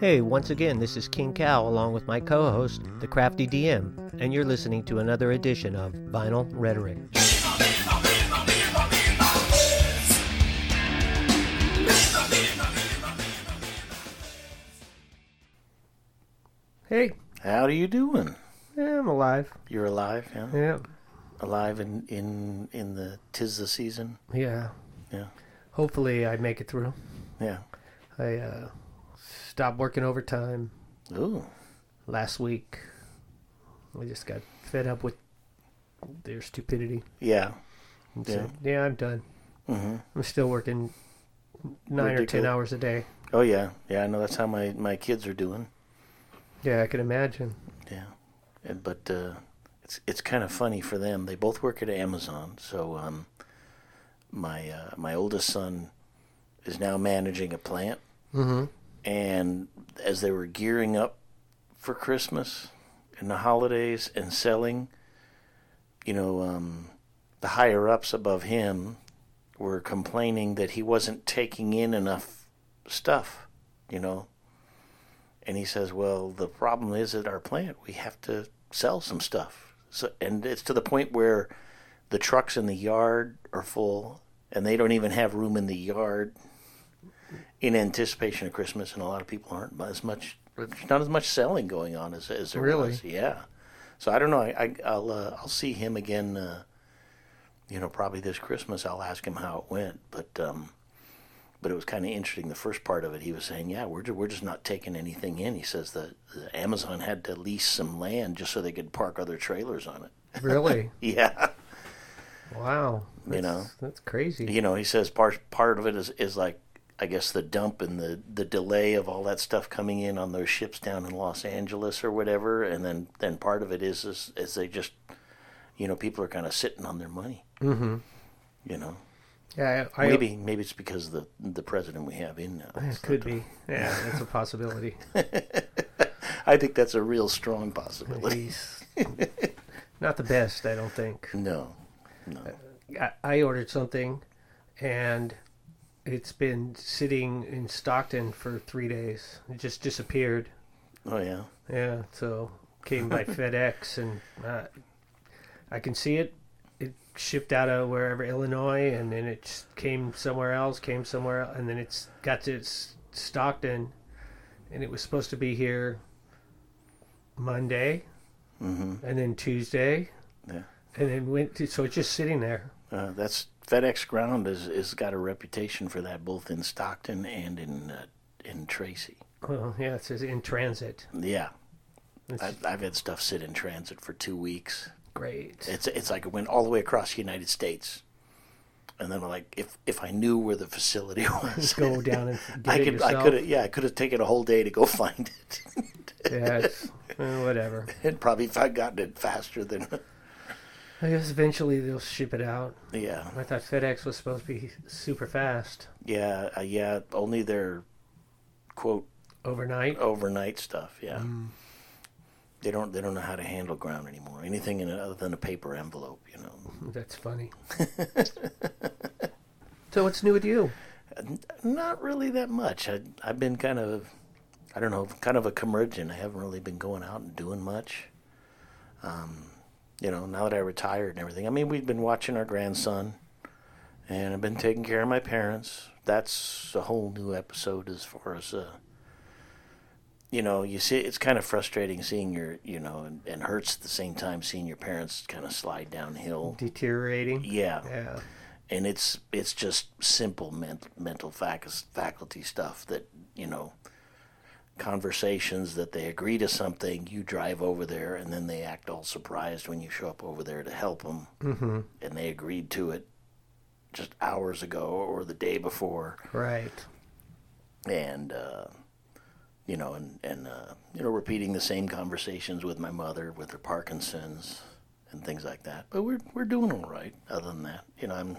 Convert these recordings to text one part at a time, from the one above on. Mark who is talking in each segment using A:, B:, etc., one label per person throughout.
A: Hey, once again, this is King Cow along with my co host, The Crafty DM, and you're listening to another edition of Vinyl Rhetoric. Hey,
B: How are you doing?
A: yeah, I'm alive.
B: You're alive, yeah?
A: Yeah,
B: Alive in in in the tis the season,
A: yeah.
B: yeah,
A: Hopefully, I make it through.
B: yeah.
A: I uh, stopped working overtime
B: Ooh,
A: last week. I just got fed up with their stupidity.
B: yeah.
A: And
B: Yeah.
A: said, yeah, I'm done.
B: hmm
A: I'm still working nine or ten
B: Ridiculous.
A: hours a day.
B: Oh yeah, yeah. I know that's how my my kids are doing.
A: Yeah, I can imagine.
B: Yeah, and, but uh, it's it's kind of funny for them. They both work at Amazon, so um, my uh, my oldest son is now managing a plant,
A: Mm-hmm.
B: and as they were gearing up for Christmas and the holidays and selling, you know, um, the higher ups above him were complaining that he wasn't taking in enough stuff, you know. And he says, "Well, the problem is at our plant we have to sell some stuff, so and it's to the point where the trucks in the yard are full, and they don't even have room in the yard in anticipation of Christmas, and a lot of people aren't as much, there's not as much selling going on as, as there
A: Really?
B: was. Yeah. So I don't know. I, I I'll uh, I'll see him again. Uh, you know, probably this Christmas. I'll ask him how it went, but. um but it was kind of interesting. The first part of it, he was saying, "Yeah, we're ju- we're just not taking anything in." He says that the Amazon had to lease some land just so they could park other trailers on it.
A: Really?
B: Yeah,
A: wow. That's,
B: You know.
A: that's crazy.
B: you know, he says part part of it is is like I guess the dump and the the delay of all that stuff coming in on those ships down in Los Angeles or whatever, and then then part of it is is, is they just you know people are kind of sitting on their money. Mm-hmm. You know,
A: Yeah, I, I,
B: maybe maybe it's because of the the president we have in now.
A: it could be. Yeah, that's a possibility.
B: I think that's a real strong possibility.
A: He's not the best, I don't think.
B: No, no.
A: I, I ordered something, and it's been sitting in Stockton for three days. It just disappeared.
B: Oh yeah.
A: Yeah, so came by FedEx, and uh, I can see it. It shipped out of wherever Illinois, and then it s- came somewhere else, came somewhere, el- and then it's got to S- Stockton, and it was supposed to be here Monday,
B: hmm
A: and then Tuesday,
B: Yeah.
A: and then went. To, so it's just sitting there.
B: Uh, that's FedEx Ground is is got a reputation for that both in Stockton and in uh, in Tracy.
A: Well, yeah, it says in transit.
B: Yeah,
A: It's
B: I, I've had stuff sit in transit for two weeks.
A: great.
B: It's it's like it went all the way across the United States, and then like if if I knew where the facility was,
A: Go down and get
B: I
A: it
B: could I
A: yourself.
B: could have yeah I could have taken a whole day to go find it.
A: Yeah, it's, eh, whatever.
B: and probably if I'd gotten it faster than
A: I guess eventually they'll ship it out.
B: yeah
A: I thought FedEx was supposed to be super fast
B: yeah uh, yeah only their quote Oh.
A: overnight.
B: overnight stuff. Yeah, they don't they don't know how to handle ground anymore. Anything in it other than a paper envelope, you know.
A: That's funny. so what's new with you?
B: N- Not really that much. I I've been kind of I don't know, kind of a commergent. I haven't really been going out and doing much. Um, you know, now that I retired and everything. I mean, we've been watching our grandson, and I've been taking care of my parents. That's a whole new episode as far as. Uh, you know, you see, it's kind of frustrating seeing your, you know, and, and hurts at the same time seeing your parents kind of slide downhill.
A: Deteriorating.
B: Yeah
A: Yeah.
B: and it's it's just simple ment- mental fac- faculty stuff that you know conversations that they agree to something you drive over there and then they act all surprised when you show up over there to help them mm-hmm. and they agreed to it just hours ago or the day before
A: Right.
B: and uh, you know, and and uh, you know, repeating the same conversations with my mother with her Parkinson's and things like that. But we're we're doing all right. Other than that, you know, I'm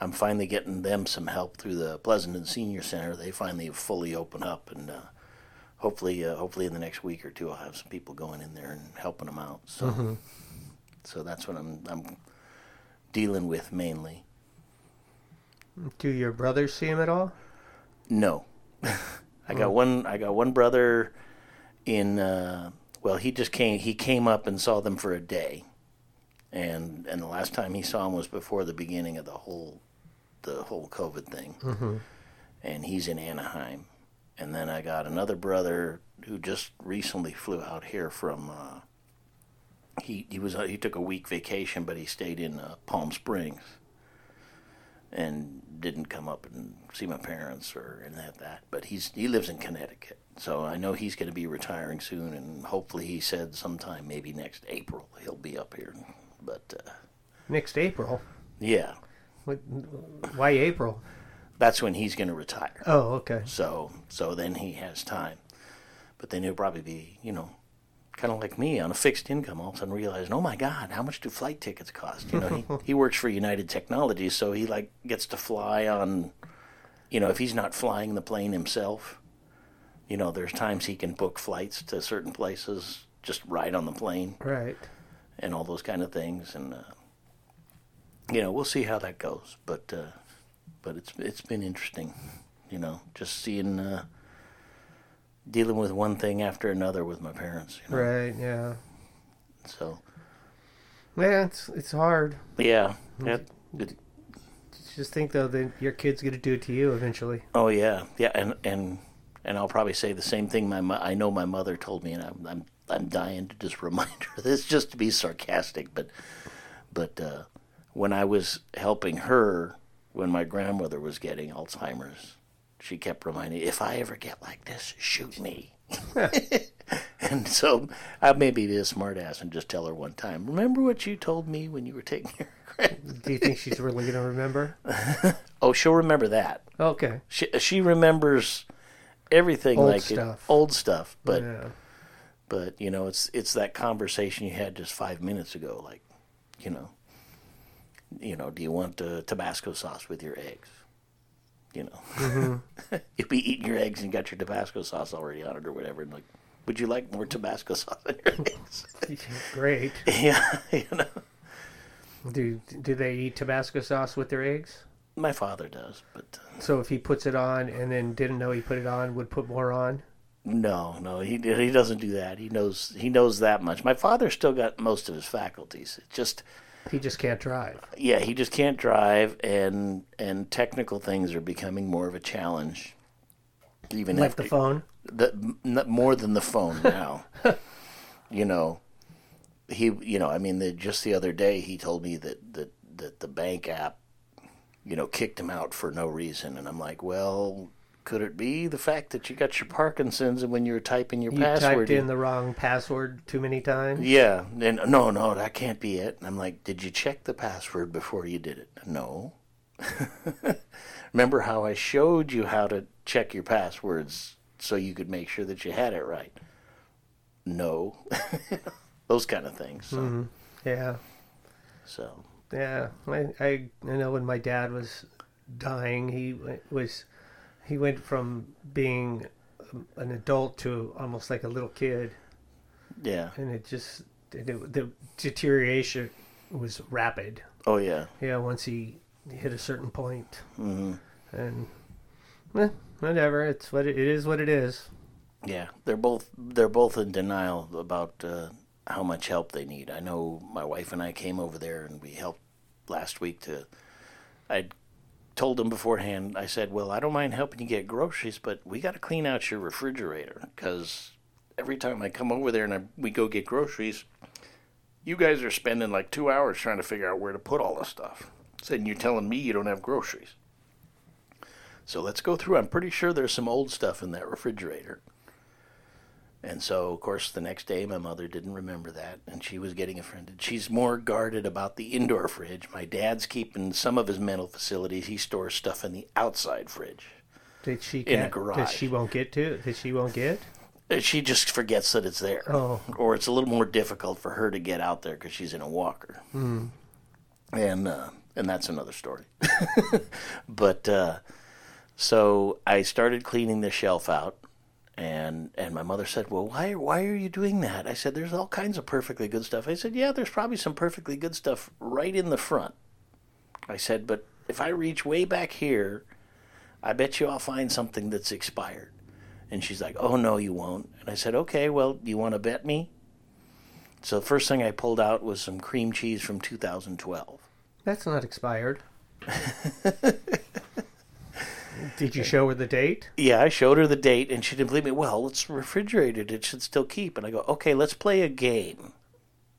B: I'm finally getting them some help through the Pleasanton Senior Center. They finally have fully open up, and uh, hopefully, uh, hopefully in the next week or two, I'll have some people going in there and helping them out. So, so that's what I'm I'm dealing with mainly.
A: Do your brothers see him at all?
B: No. I got one. I got one brother in. Uh, well, he just came. He came up and saw them for a day, and and the last time he saw him was before the beginning of the whole the whole COVID thing. And he's in Anaheim, and then I got another brother who just recently flew out here from. Uh, he he was he took a week vacation, but he stayed in uh, Palm Springs, and didn't come up and see my parents or and that that. But he's he lives in Connecticut, so I know he's going to be retiring soon, and hopefully he said sometime maybe next April he'll be up here. But uh,
A: Next April.
B: yeah,
A: What, why April?
B: that's when he's going to retire.
A: Oh, okay.
B: So so then he has time, but then he'll probably be you know. Kind of like me on a fixed income, all of a sudden realizing, oh my God, how much do flight tickets cost? You know, he, he works for United Technologies, so he like gets to fly on, you know, if he's not flying the plane himself, you know, there's times he can book flights to certain places, just ride on the plane
A: Right.
B: and all those kind of things, and uh, you know, we'll see how that goes. But uh, but it's it's been interesting, you know, just seeing uh, dealing with one thing after another with my parents. You know?
A: Right. Yeah.
B: So
A: Yeah. It's it's hard.
B: yeah, that- it-
A: Just think though that your kid's gonna do it to you eventually.
B: oh yeah, yeah, and and and I'll probably say the same thing. My mo- I know my mother told me, and I'm I'm I'm dying to just remind her of this, just to be sarcastic, but but uh, when I was helping her when my grandmother was getting Alzheimer's, she kept reminding, "If I ever get like this, shoot me." and so I maybe be a smart ass and just tell her one time. Remember what you told me when you were taking your grand?
A: Do you think she's really gonna remember?
B: Oh, she'll remember that.
A: Okay.
B: She she remembers everything
A: Old
B: like it-
A: stuff.
B: old stuff, but
A: yeah.
B: but you know it's it's that conversation you had just five minutes ago like you know you know do you want uh, tabasco sauce with your eggs you know
A: Mm-hmm.
B: you'll be eating your eggs and got your tabasco sauce already on it or whatever and like would you like more tabasco sauce on your eggs
A: Great.
B: yeah you know
A: Do do they eat Tabasco sauce with their eggs?
B: my father does but uh,
A: So if he puts it on and then didn't know he put it on, would put more on.
B: no no he he doesn't do that he knows he knows that much my father still got most of his faculties it just
A: He just can't drive.
B: yeah, he just can't drive, and and technical things are becoming more of a challenge. Even
A: Like
B: after
A: the phone.
B: the n- more than the phone now, you know, he you know I mean the, just the other day he told me that that that the bank app, you know, kicked him out for no reason, and I'm like, well. Could it be the fact that you got your Parkinson's and when you were typing your
A: You
B: password,
A: typed
B: you-
A: in the wrong password too many times.
B: yeah, and no, no, that can't be it. And I'm like, did you check the password before you did it? No. Remember how I showed you how to check your passwords so you could make sure that you had it right? No. Those kind of things. So,
A: Yeah.
B: so
A: Yeah, I, I I know when my dad was dying, he w- was he went from being um, an adult to almost like a little kid,
B: yeah.
A: and it just and it, the deterioration was rapid.
B: Oh yeah.
A: Yeah, once he hit a certain point,
B: Mm-hmm.
A: and eh, whatever, it's what it, it is. What it is.
B: Yeah, they're both they're both in denial about uh, how much help they need. I know my wife and I came over there and we helped last week to. I told them beforehand. I said, "Well, I don't mind helping you get groceries, but we got to clean out your refrigerator because every time I come over there and I, we go get groceries, you guys are spending like two hours trying to figure out where to put all this stuff. So, and you're telling me you don't have groceries." So let's go through. I'm pretty sure there's some old stuff in that refrigerator. And so, of course, the next day my mother didn't remember that, and she was getting offended. She's more guarded about the indoor fridge. My dad's keeping some of his mental facilities. He stores stuff in the outside fridge.
A: That she
B: In a
A: can't, that
B: garage.
A: she won't get to. That she won't get.
B: Uh, She just forgets that it's there,
A: Oh.
B: or it's a little more difficult for her to get out there because she's in a walker. And uh, and that's another story. but uh, so I started cleaning the shelf out, and and my mother said, "Well, why why are you doing that?" I said, "There's all kinds of perfectly good stuff." I said, "Yeah, there's probably some perfectly good stuff right in the front." I said, "But if I reach way back here, I bet you I'll find something that's expired." And she's like, "Oh no, you won't." And I said, "Okay, well, you want to bet me?" So the first thing I pulled out was some cream cheese from 2012.
A: That's not expired. Did you show her the date?
B: Yeah, I showed her the date, and she didn't believe me. Well, it's refrigerated; it should still keep. And I go, "Okay, let's play a game."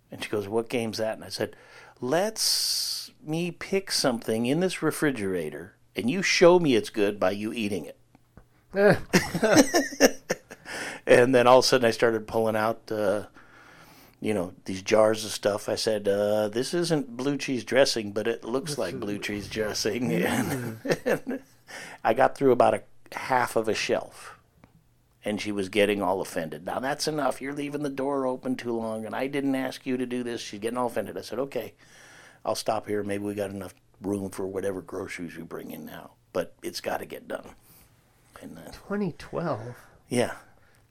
B: And she goes, "What game's that?" And I said, "Let's me pick something in this refrigerator, and you show me it's good by you eating it."
A: Eh,
B: And then all of a sudden, I started pulling out, uh, you know, these jars of stuff. I said, uh, "This isn't blue cheese dressing, but it looks like blue cheese dressing." And, and I got through about a half of a shelf, and she was getting all offended. Now that's enough. You're leaving the door open too long, and I didn't ask you to do this. She's getting all offended. I said, "Okay, I'll stop here. Maybe we got enough room for whatever groceries you bring in now, but it's got to get done." And uh,
A: 2012.
B: yeah,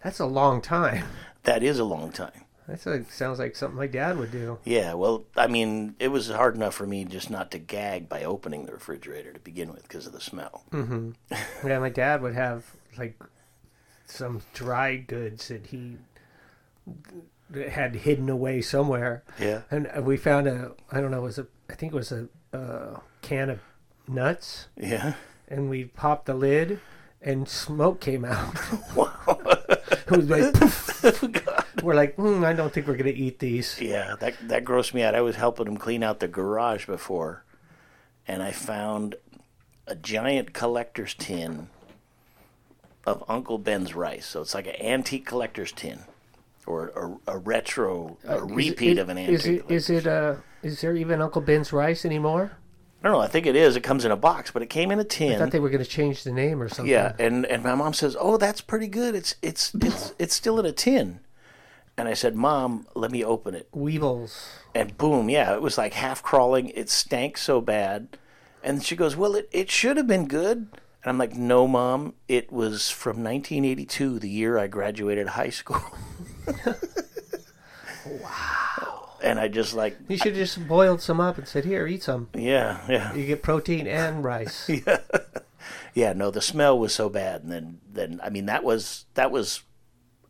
A: That's a long time.
B: that is a long time.
A: That sounds like something my dad would do.
B: Yeah, well, I mean, it was hard enough for me just not to gag by opening the refrigerator to begin with because of the smell.
A: Yeah, my dad would have like some dry goods that he had hidden away somewhere,
B: Yeah.
A: and we found a I don't know it was a I think it was a uh, can of nuts,
B: Yeah.
A: and we popped the lid, and smoke came out.
B: Wow.
A: It was like, poof. we're like, mm, I don't think we're gonna eat these.
B: yeah, that that grossed me out. I was helping him clean out the garage before, and I found a giant collector's tin of Uncle Ben's rice. So it's like an antique collector's tin, or a, a retro, a repeat
A: Uh, Is it-
B: of an antique.
A: Is it is it uh is there even Uncle Ben's rice anymore?
B: I don't know. I think it is. It comes in a box, but it came in a tin.
A: I thought they were gonna change the name or something.
B: Yeah, and and my mom says, "Oh, that's pretty good. It's it's it's it's still in a tin." And I said, "Mom, let me open it."
A: Weevils.
B: And boom, yeah, it was like half crawling. It stank so bad. And she goes, "Well, it it should have been good." And I'm like, "No, mom, it was from 1982, the year I graduated high school." wow. And I just like,
A: You should have just boiled some up and said, "Here, eat some."
B: yeah, yeah.
A: You get protein and rice.
B: Yeah, no, the smell was so bad, and then then I mean that was that was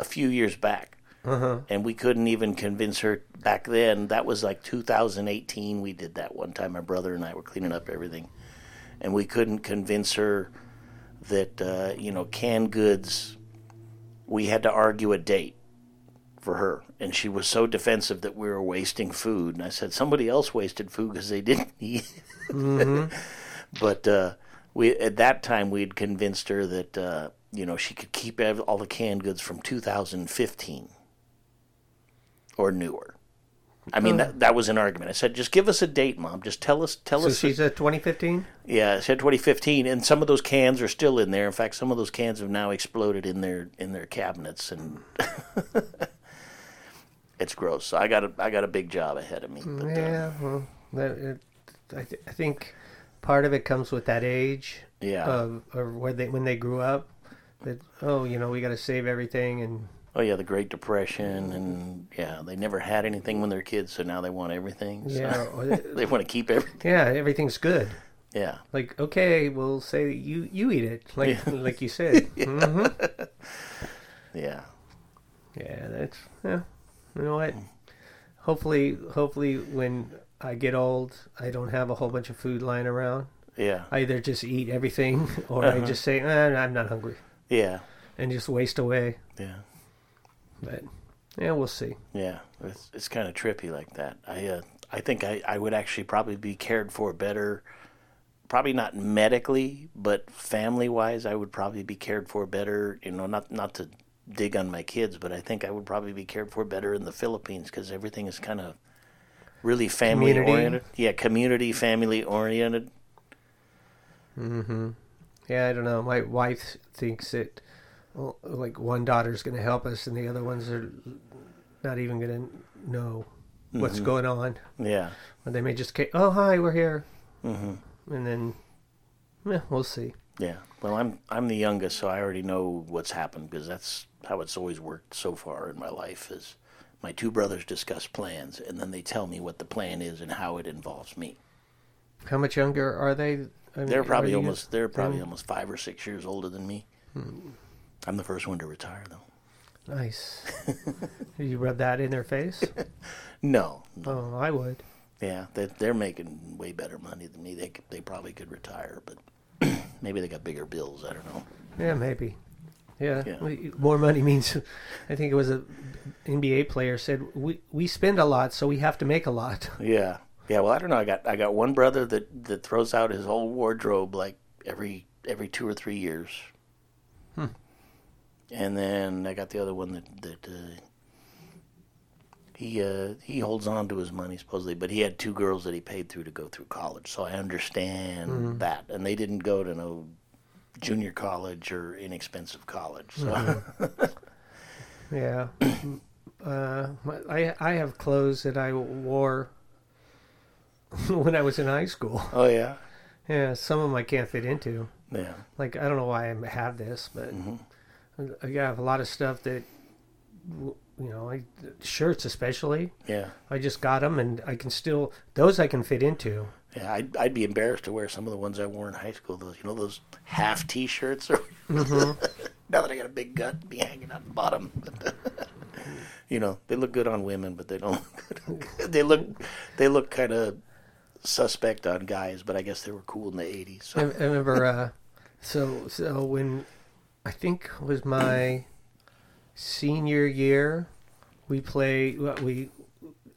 B: a few years back, and we couldn't even convince her back then. That was like 2018. We did that one time. My brother and I were cleaning up everything, and we couldn't convince her that uh, you know canned goods. We had to argue a date for her, and she was so defensive that we were wasting food. And I said somebody else wasted food because they didn't eat. it."
A: Mm-hmm.
B: but uh, we at that time we had convinced her that uh, you know she could keep ev- all the canned goods from 2015 or newer. I mean that that was an argument. I said, just give us a date, mom. Just tell us tell
A: So
B: us.
A: she's at 2015.
B: yeah, I said 2015, and some of those cans are still in there. In fact, some of those cans have now exploded in their in their cabinets, and it's gross. So I got a I got a big job ahead of me. But, uh,
A: Yeah, well, that, it, I, th- I think part of it comes with that age
B: yeah.
A: of or where they when they grew up. That oh, you know, we got to save everything, and
B: Oh yeah, the Great Depression, and yeah, they never had anything when they were kids, so now they want everything. So
A: yeah, or-
B: they want to keep everything.
A: uh, yeah, everything's good.
B: Yeah,
A: Like okay, we'll say that you you eat it, like like you said. hmm
B: yeah,
A: Yeah, that's yeah. You know what? Hopefully, hopefully, when I get old, I don't have a whole bunch of food lying around.
B: yeah,
A: I either just eat everything, or
B: Uh-huh.
A: I just say, eh, "I'm not hungry,"
B: yeah,
A: and just waste away.
B: yeah,
A: But yeah, we'll see.
B: yeah. It's it's kind of trippy like that. I uh, I think I, I would actually probably be cared for better, probably not medically, but family wise, I would probably be cared for better. You know, not not to dig on my kids, but I think I would probably be cared for better in the Philippines because everything is kind of really family
A: Community.
B: oriented. Yeah, community family oriented.
A: Yeah, I don't know. My wife thinks that well, like one daughter's going to help us, and the other ones are not even going to know what's
B: Mm-hmm.
A: going on.
B: Yeah,
A: Or they may just, ca- "Oh, hi, we're here," mm-hmm. and then yeah, we'll see.
B: yeah. Well, I'm I'm the youngest, so I already know what's happened because that's how it's always worked so far in my life. Is my two brothers discuss plans, and then they tell me what the plan is and how it involves me.
A: How much younger are they? I mean,
B: They're
A: are
B: probably
A: you- Hmm.
B: almost they're probably almost five or six years older than me. I'm the first one to retire, though.
A: Nice. you rub that in their face?
B: No,
A: Oh, I would.
B: yeah, they, they're making way better money than me. They could- they probably could retire, but maybe they got bigger bills. I don't know.
A: Yeah, maybe. Yeah.
B: Yeah.
A: we- More money means, I think it was a NBA player said, we, we spend a lot, so we have to make a lot.
B: Yeah, yeah. Well, I don't know. I got I got one brother that that throws out his whole wardrobe like every every two or three years. And then I got the other one that that uh, he uh, he holds on to his money supposedly, but he had two girls that he paid through to go through college, so I understand that. And they didn't go to no junior college or inexpensive college. So
A: Yeah. uh, my- I, I have clothes that I wore when I was in high school.
B: oh yeah,
A: Yeah, some of them I can't fit into.
B: yeah,
A: like I don't know why I have this, but I I have a lot of stuff that w- you know, I, shirts especially.
B: yeah.
A: I just got them, and I can still those I can fit into.
B: Yeah, I'd, I'd be embarrassed to wear some of the ones I wore in high school. Those, you know, those half T-shirts. Or
A: Mm-hmm.
B: now that I got a big gut, be hanging out the bottom. you know, they look good on women, but they don't. Look good on guys. they look, they look kind of suspect on guys. But I guess they were cool in the '80s.
A: I, I
B: So.
A: remember, uh, so so when I think it was my senior year, we play we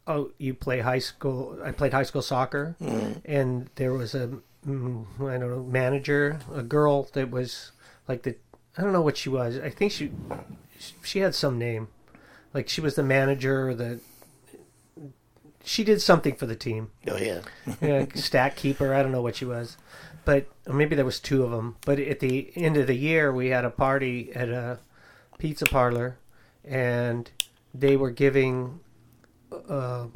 A: oh you play high school. I played high school soccer, and there was a mm, I don't know manager, a girl that was like the I don't know what she was. I think she she had some name, like she was the manager. Or the she did something for the team
B: Oh yeah,
A: yeah, stat keeper. I don't know what she was, but or maybe there was two of them. But at the end of the year, we had a party at a pizza parlor, and they were giving uh,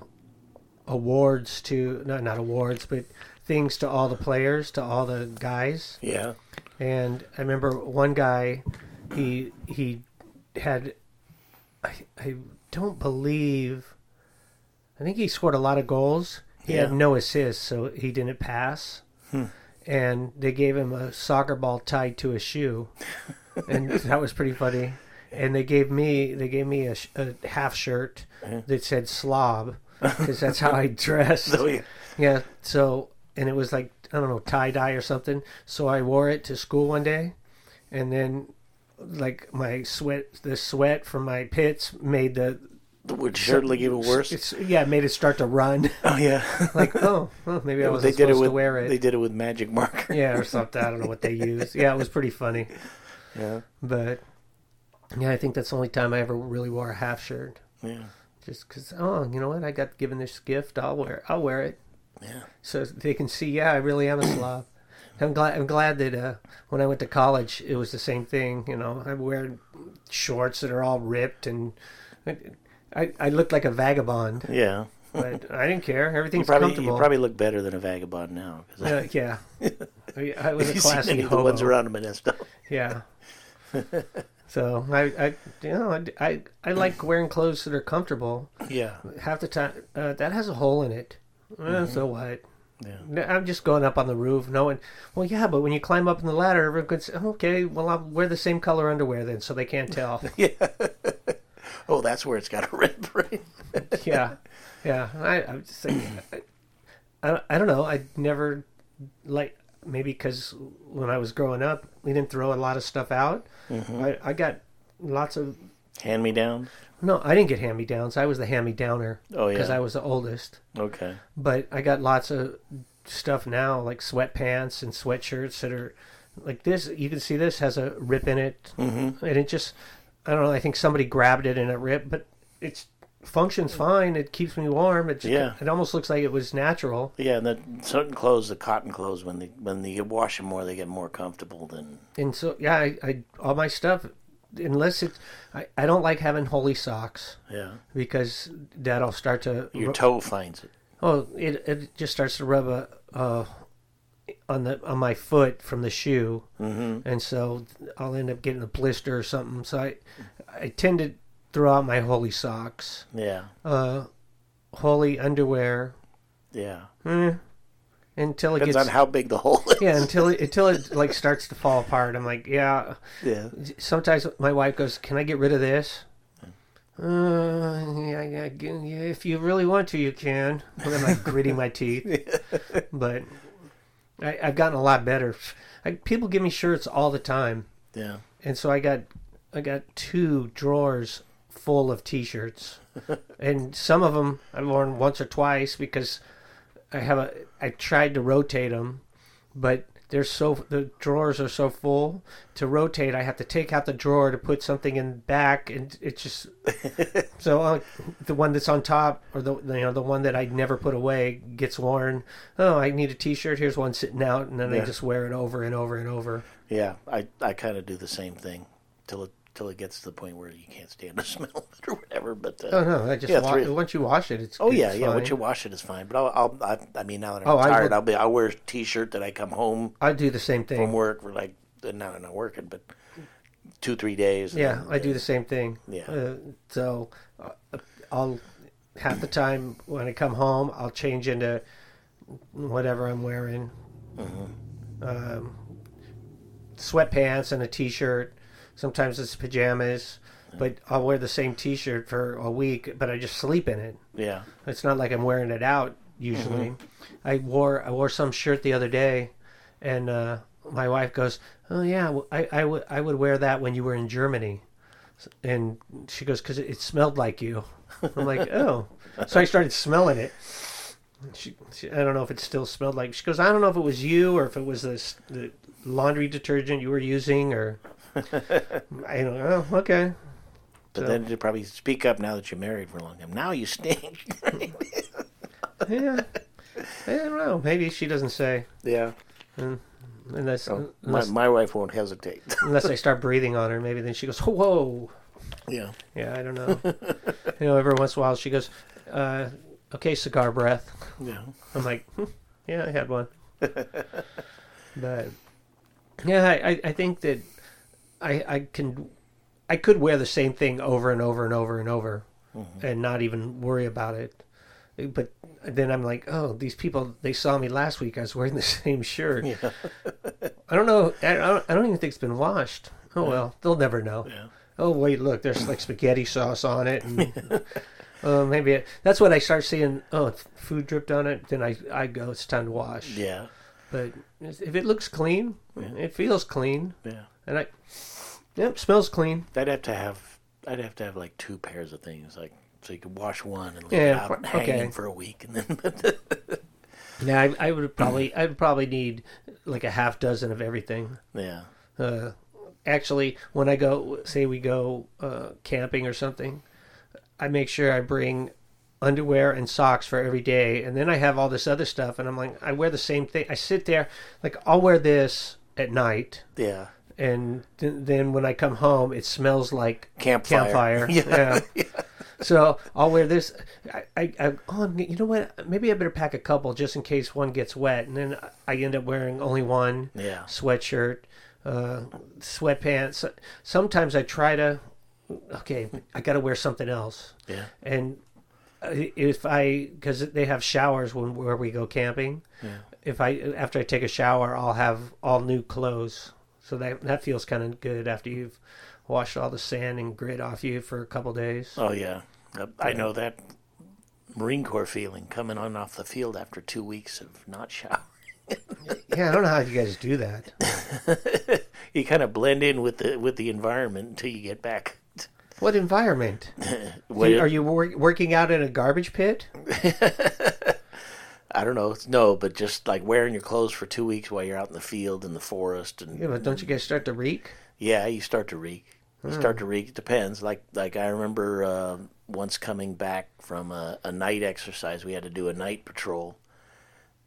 A: awards to not not awards, but things to all the players, to all the guys.
B: yeah,
A: And I remember one guy, he he had, I, I don't believe, I think he scored a lot of goals. He had
B: Yeah.
A: no assists, so he didn't pass. And they gave him a soccer ball tied to a shoe, and that was pretty funny. And they gave me they gave me a, sh- a half shirt that said slob because that's how I dressed.
B: oh yeah.
A: Yeah. So, and it was like I don't know tie dye or something. So I wore it to school one day, and then like my sweat, the sweat from my pits made the
B: Would certainly give it worse.
A: It's, yeah, made it start to run.
B: Oh yeah,
A: like oh, well, maybe I
B: they
A: wasn't
B: did it
A: supposed
B: with
A: to wear
B: they
A: it.
B: did it with magic marker.
A: Yeah, or something. I don't know what they used. Yeah, it was pretty funny.
B: yeah,
A: But yeah, I think that's the only time I ever really wore a half shirt.
B: yeah.
A: Just because oh, you know what? I got given this gift. I'll wear. I'll wear it.
B: yeah.
A: so they can see. Yeah, I really am a slob. I'm glad. I'm glad that uh, when I went to college, it was the same thing. You know, I wear shorts that are all ripped, and I, I, I looked like a vagabond,
B: Yeah,
A: but I didn't care.
B: you
A: Everything's
B: probably
A: comfortable.
B: you probably look better than a vagabond now. 'cause I-
A: Uh, yeah. I- I was
B: Have
A: a
B: you seen
A: classy
B: any of the
A: hobo.
B: ones around Modesto?
A: Yeah. so I, I, you know, I, I, I like wearing clothes that are comfortable.
B: Yeah.
A: Half the time, uh, that has a hole in it. Eh, So what?
B: Mm-hmm. Yeah.
A: No, I'm just going up on the roof. No one. Well, yeah, but when you climb up in the ladder, everyone could say, "Oh, "Okay, well, I'll wear the same color underwear then, so they can't tell."
B: Oh, that's where it's got a red print.
A: yeah, yeah. I, I'm just like, I, I, I don't know. I never like maybe because when I was growing up, we didn't throw a lot of stuff out.
B: Mm-hmm.
A: I, I got lots of.
B: Hand me down.
A: No, I didn't get hand me downs. I was the hand me downer.
B: Oh, yeah.
A: because I was the oldest.
B: Okay.
A: but I got lots of stuff now, like sweatpants and sweatshirts that are like this. You can see this has a rip in it, mm-hmm. and it just I don't know. I think somebody grabbed it and it ripped, but it's functions fine. It keeps me warm. It just,
B: Yeah.
A: it almost looks like it was natural.
B: Yeah, and the certain clothes, the cotton clothes, when they when they, you wash them more, they get more comfortable than.
A: And so yeah, I, I all my stuff, unless it's I, I don't like having holy socks
B: Yeah.
A: because that'll start to
B: Your toe finds it.
A: Oh, it it just starts to rub a, uh, on the on my foot from the shoe, mm-hmm. and so I'll end up getting a blister or something. So I I tend to throw out my holy socks,
B: Yeah.
A: uh, holy underwear.
B: Yeah.
A: until it
B: Depends
A: gets
B: on how big the hole is.
A: yeah until it, until it like starts to fall apart. I'm like, yeah.
B: Yeah.
A: Sometimes my wife goes, "Can I get rid of this?" Uh, yeah, yeah, g- yeah, if you really want to, you can. And I'm like gritting my teeth, but I, I've gotten a lot better. I, people give me shirts all the time,
B: Yeah.
A: and so I got I got two drawers full of T-shirts, and some of them I've worn once or twice because I have a I tried to rotate them, but they're so the drawers are so full to rotate. I have to take out the drawer to put something in back, and it's just so uh, the one that's on top or the you know the one that I never put away gets worn. Oh, I need a T-shirt. Here's one sitting out, and then I
B: Yeah.
A: just wear it over and over and over.
B: Yeah. I, I kind of do the same thing till it till it gets to the point where you can't stand the smell of it or whatever. But uh,
A: Oh no, I just
B: Yeah,
A: wa-
B: three-
A: once you wash it, it's
B: oh
A: it's
B: yeah, yeah. Once
A: fine.
B: you wash it, it's fine. But I'll, I'll I, I mean now that I'm
A: Oh, I
B: tired,
A: would-
B: I'll be I'll wear a T-shirt that I come home
A: I do the same
B: from
A: thing.
B: work for like now I'm not working, but two three days. and
A: Yeah,
B: then-
A: I do the same thing.
B: Yeah.
A: Uh, so uh, I'll half the time when I come home, I'll change into whatever I'm wearing.
B: Mm-hmm.
A: Um, sweatpants and a t-shirt. Sometimes it's pajamas, but I'll wear the same t-shirt for a week, but I just sleep in it.
B: Yeah.
A: It's not like I'm wearing it out usually. I wore I wore some shirt the other day, and uh, my wife goes, "Oh yeah, w- I I would I would wear that when you were in Germany," S- and she goes, "Cause it, it smelled like you." I'm like, "Oh," so I started smelling it. She, she, I don't know if it still smelled like. She goes, "I don't know if it was you or if it was this the laundry detergent you were using or." I don't know. Oh, okay.
B: But
A: So-
B: then you probably speak up now that you're married for a long time. Now you stink.
A: Yeah. I don't know. Maybe she doesn't say.
B: yeah.
A: Unless,
B: Uh, Oh, My,
A: unless
B: my wife won't hesitate.
A: unless I start breathing on her. Maybe then she goes, "Whoa."
B: yeah.
A: Yeah, I don't know. you know, every once in a while she goes, uh, "Okay, cigar breath."
B: Yeah.
A: I'm like, hmm, "Yeah, I had one." but yeah, I, I- I think that I I can I could wear the same thing over and over and over and over and not even worry about it. But then I'm like, oh, these people, they saw me last week. I was wearing the same shirt. I don't know. I don't, I don't even think it's been washed. Oh, well, they'll never know.
B: Yeah.
A: Oh, wait, look, there's like spaghetti sauce on it. And, oh, maybe it, that's when I start seeing, oh, it's food dripped on it. Then I, I go, it's time to wash.
B: Yeah.
A: But if it looks clean, it feels clean.
B: Yeah.
A: And I, yep, smells clean.
B: I'd have to have I'd have to have like two pairs of things, like so you could wash one and leave it
A: Yeah,
B: out
A: pr-
B: and hang
A: okay.
B: it for a week and then
A: Yeah, I, I would probably, I'd probably need like a half dozen of everything.
B: Yeah.
A: uh, actually when i go say we go uh, camping or something i make sure i bring underwear and socks for every day and then i have all this other stuff and i'm like i wear the same thing i sit there like i'll wear this at night
B: Yeah.
A: and th- then when i come home it smells like
B: Campfire.
A: campfire. Yeah. So I'll wear this. I, I, I oh, I'm, you know what? Maybe I better pack a couple just in case one gets wet, and then I end up wearing only one
B: Yeah.
A: sweatshirt, uh, sweatpants. Sometimes I try to, okay, I got to wear something else,
B: Yeah.
A: and I- if I because they have showers when where we go camping, if I after I take a shower, I'll have all new clothes. So that that feels kind of good after you've washed all the sand and grit off you for a couple days.
B: Oh yeah. Uh, I know that Marine Corps feeling coming on off the field after two weeks of not showering.
A: Yeah, I don't know how you guys do that.
B: You kind of blend in with the with the environment until you get back.
A: What environment?
B: Well,
A: Are you wor- working out in a garbage pit?
B: I don't know. No, but just like wearing your clothes for two weeks while you're out in the field in the forest, and
A: Yeah, but don't you guys start to reek?
B: yeah, you start to reek. You
A: Hmm.
B: start to reek. It depends. Like like I remember uh, once coming back from a, a night exercise. We had to do a night patrol,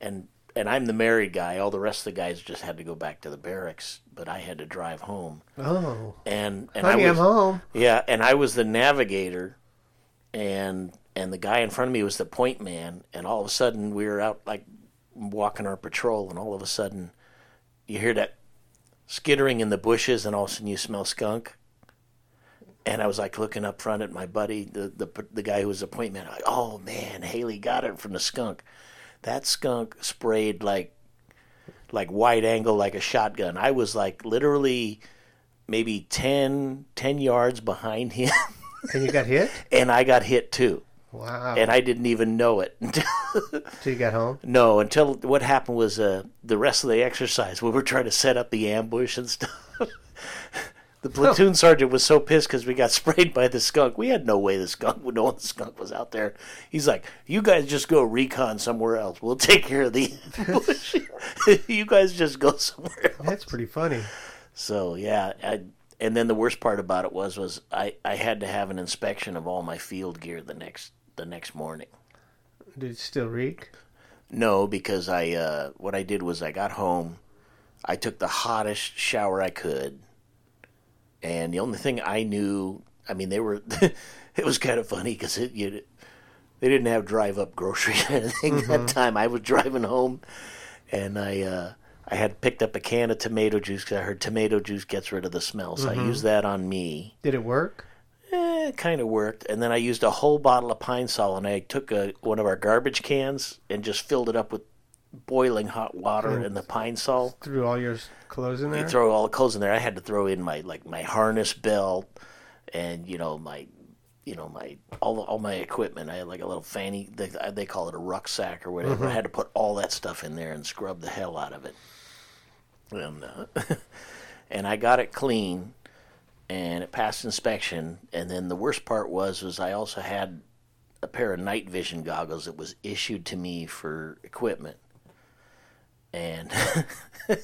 B: and and I'm the married guy. All the rest of the guys just had to go back to the barracks, but I had to drive home.
A: Oh,
B: And and
A: honey,
B: I
A: I'm
B: was,
A: home.
B: Yeah, and I was the navigator, and and the guy in front of me was the point man. And all of a sudden, we were out like walking our patrol, and all of a sudden, you hear that skittering in the bushes, and all of a sudden, you smell skunk. And I was like looking up front at my buddy, the the the guy who was the point man. Like, oh man, Haley got it from the skunk. that skunk sprayed like like wide angle like a shotgun. I was like literally maybe 10, 10 yards behind him
A: And you got hit?
B: and I got hit too.
A: Wow.
B: And I didn't even know it.
A: Till you got home?
B: no, until what happened was uh, the rest of the exercise. We were trying to set up the ambush and stuff. the platoon sergeant was so pissed because we got sprayed by the skunk. We had no way the skunk would know the skunk was out there. He's like, "You guys just go recon somewhere else. We'll take care of the ambush. you guys just go somewhere else."
A: That's pretty funny.
B: So yeah, I, and then the worst part about it was was I, I had to have an inspection of all my field gear the next the next morning.
A: Did it still reek?
B: No, because I uh, what I did was I got home, I took the hottest shower I could, and the only thing I knew, I mean, they were, it was kind of funny because it you, they didn't have drive up groceries or anything that time. I was driving home, and I uh, I had picked up a can of tomato juice because I heard tomato juice gets rid of the smell, so I used that on me
A: Did it work?
B: eh, it kind of worked. And then I used a whole bottle of Pine Sol, and I took a, one of our garbage cans and just filled it up with boiling hot water and the Pine Sol.
A: Threw all your clothes in there?
B: You throw all the clothes in there. I had to throw in my like my harness belt and you know my you know my all all my equipment. I had like a little fanny. They, they call it a rucksack or
A: Mm-hmm.
B: whatever. I had to put all that stuff in there and scrub the hell out of it. And uh, and I got it clean and it passed inspection. And then the worst part was was I also had a pair of night vision goggles that was issued to me for equipment. And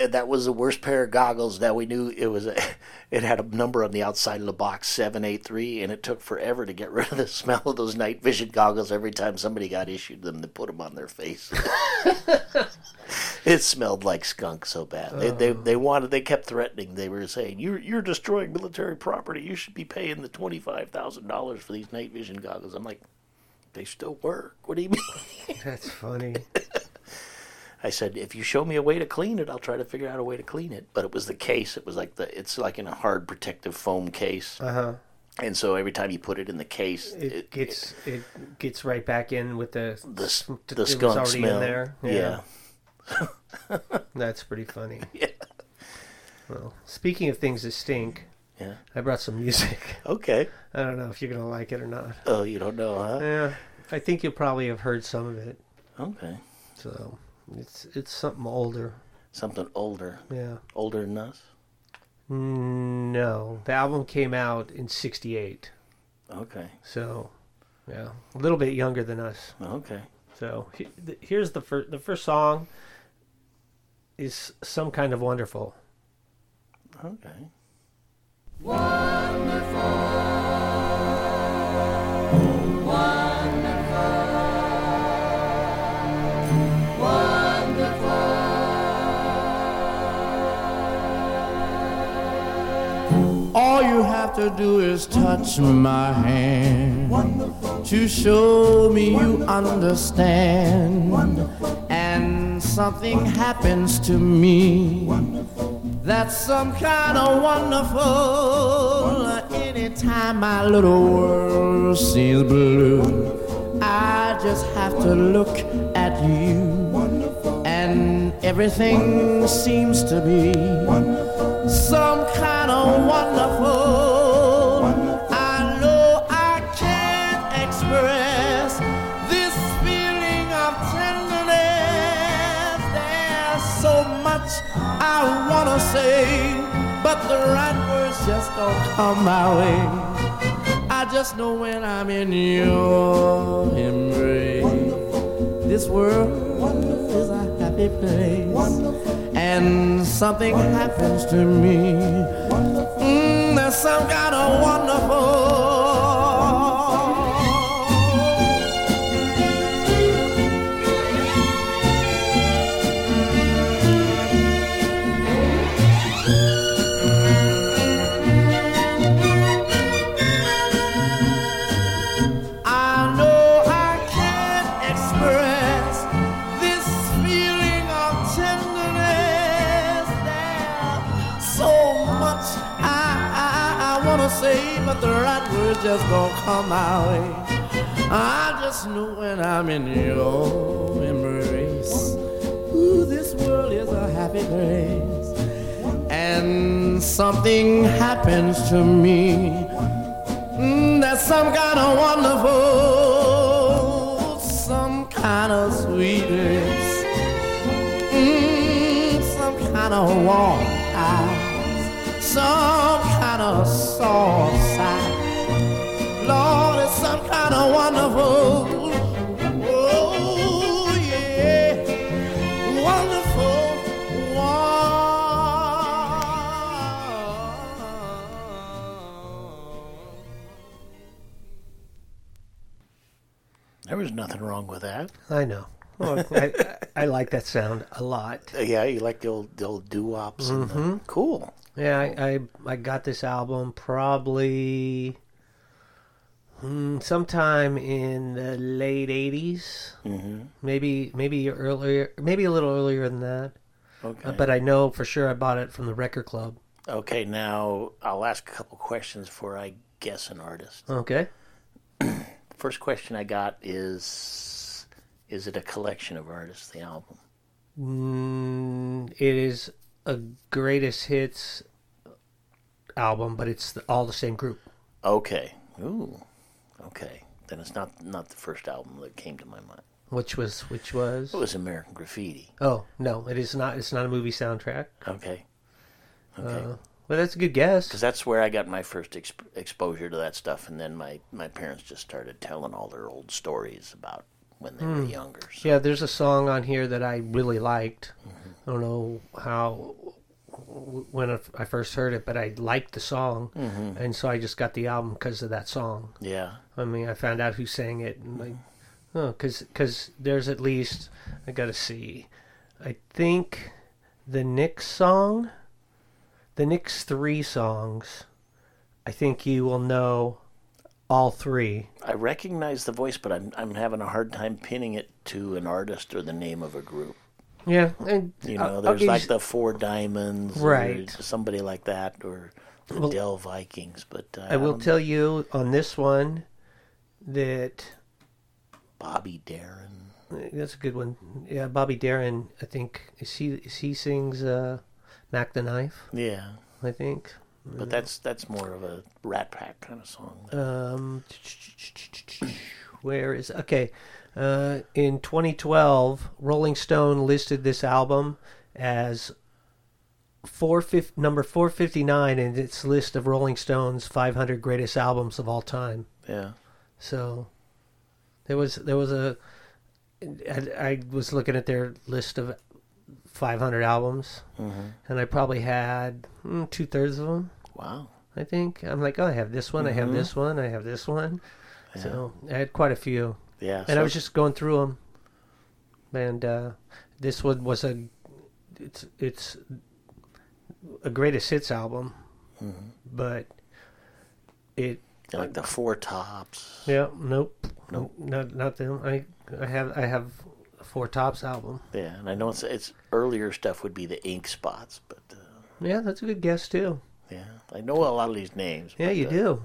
B: and that was the worst pair of goggles that we knew it was a, it had a number on the outside of the box 783 and it took forever to get rid of the smell of those night vision goggles every time somebody got issued them they put them on their face it smelled like skunk so bad they,
A: Oh.
B: they they wanted they kept threatening they were saying you're you're destroying military property you should be paying the $25,000 for these night vision goggles i'm like they still work what do you mean
A: That's funny.
B: I said, if you show me a way to clean it, I'll try to figure out a way to clean it. But it was the case. It was like the it's like in a hard protective foam case,
A: Uh huh.
B: and so every time you put it in the case,
A: It,
B: it, it-
A: gets it, gets right back in with the
B: the s-
A: it
B: the
A: was
B: skunk
A: already in
B: smell.
A: there.
B: Yeah.
A: Yeah. that's pretty funny.
B: Yeah.
A: Well, speaking of things that stink,
B: yeah.
A: I brought some music.
B: Okay.
A: I don't know if you're gonna like it or not.
B: Oh, you don't know, huh?
A: Yeah, I think you'll probably have heard some of it.
B: Okay.
A: So it's it's something older.
B: Something older,
A: Yeah.
B: older than us.
A: No, the album came out in '68,
B: Okay.
A: so yeah, a little bit younger than us.
B: Okay.
A: So he- th- here's the first the first song is some kind of wonderful.
B: Okay.
C: All you have to do is touch my hand to show me you understand. And something happens to me that's some kind of wonderful. Anytime my little world seems blue, I just have to look at you, and everything seems to be some kind of wonderful. I know I can't express this feeling of tenderness. There's so much I wanna say, but the right words just don't come my way. I just know when I'm in your embrace. This world is a happy place, and something happens to me. Mm, there's some kind of wonderful. I know I can't express this feeling of tenderness. There's so much I, I, I want to say, but the right words just don't come my way. I just know when I'm in your embrace. Ooh, this world is a happy place. And something happens to me. Mm, that's some kind of wonderful, some kind of sweetness. Mm, some kind of warm eyes, some kind of soft side. Lord, it's some kind of wonderful. Oh, yeah. Wonderful.
B: There was nothing wrong with that.
A: I know. Well, I, I like that sound a lot.
B: Uh, yeah, you like the old the old doo wops. the Cool.
A: Yeah, I, I I got this album probably hmm, sometime in the late '80s,
B: Mm-hmm.
A: maybe maybe earlier, maybe a little earlier than that.
B: Okay.
A: Uh, But I know for sure I bought it from the record club.
B: okay, now I'll ask a couple questions before I guess an artist.
A: Okay.
B: First question I got is Is it a collection of artists, the album?
A: Mm, it is a greatest hits album, but it's the, all the same group.
B: Okay. Ooh. Okay. Then it's not not the first album that came to my mind.
A: Which was which was
B: It was American Graffiti.
A: oh no, it is not. It's not a movie soundtrack.
B: Okay. Okay.
A: Well, that's a good guess.
B: because that's where I got my first exp- exposure to that stuff, and then my, my parents just started telling all their old stories about when they
A: Hmm.
B: were younger. So.
A: Yeah, there's a song on here that I really liked. I don't know how w- when I- I first heard it, but I liked the song, and so I just got the album because of that song.
B: Yeah,
A: I mean, I found out who sang it, and like,
B: Mm-hmm.
A: oh, because there's at least I gotta see. I think the Knicks song, the Knicks three songs. I think you will know all three.
B: I recognize the voice, but I'm I'm having a hard time pinning it to an artist or the name of a group.
A: Yeah, and
B: You
A: I'll-
B: know,
A: Uh, I'll
B: there's
A: give you
B: like
A: s-
B: the Four Diamonds, or
A: Right.
B: somebody like that, or the Dell Vikings. But uh,
A: I will
B: don't-
A: tell you on this one that
B: Bobby Darin.
A: that's a good one. Yeah, Bobby Darin, I think is he is he sings uh, "Mac the Knife,"
B: Yeah,
A: I think.
B: but that's that's more of a Rat Pack kind of song.
A: Um, where is okay? Uh, in 2012, Rolling Stone listed this album as four fif- number 459 in its list of Rolling Stone's 500 greatest albums of all time.
B: Yeah.
A: So there was there was a I, I was looking at their list of 500 albums, and I probably had mm, two thirds of them.
B: Wow.
A: I think I'm like, oh, I have this one, I have this one, I have this one. So I had quite a few,
B: Yeah.
A: and I was just going through them, and uh, this one was a it's it's a greatest hits album, Mm-hmm. but it
B: like the Four Tops.
A: yeah, nope, nope, not not them. I I have I have a Four Tops album.
B: Yeah, and I know it's it's earlier stuff would be the ink spots, but uh,
A: Yeah, that's a good guess too.
B: yeah, I know a lot of these names.
A: Yeah,
B: but,
A: you
B: uh,
A: do.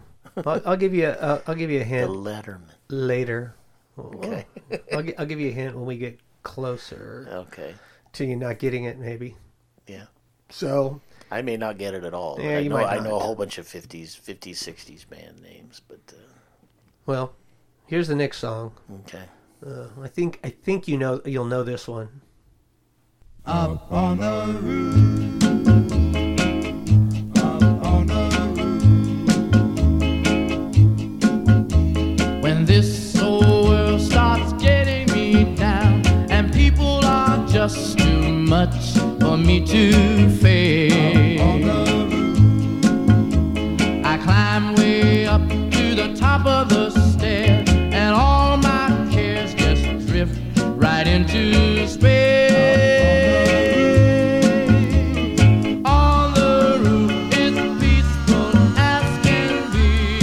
A: I'll, I'll give you a, I'll, I'll give you a
B: The
A: hint
B: Letterman.
A: later.
B: Okay,
A: I'll, gi- I'll give you a hint when we get closer
B: okay,
A: to you not getting it maybe.
B: yeah.
A: So
B: I may not get it at all. but
A: Yeah,
B: I
A: you
B: know
A: might
B: I know a
A: not.
B: whole bunch of fifties, fifties, sixties band names, but uh,
A: well, here's the next song.
B: okay.
A: Uh, I think I think you know you'll know this one.
D: Up on the roof. Up on the
C: When this old world starts getting me down, and people are just too much for me to face. I climb way up to the top of the stair, and all my cares just drift right into space. On the roof, it's peaceful as can be.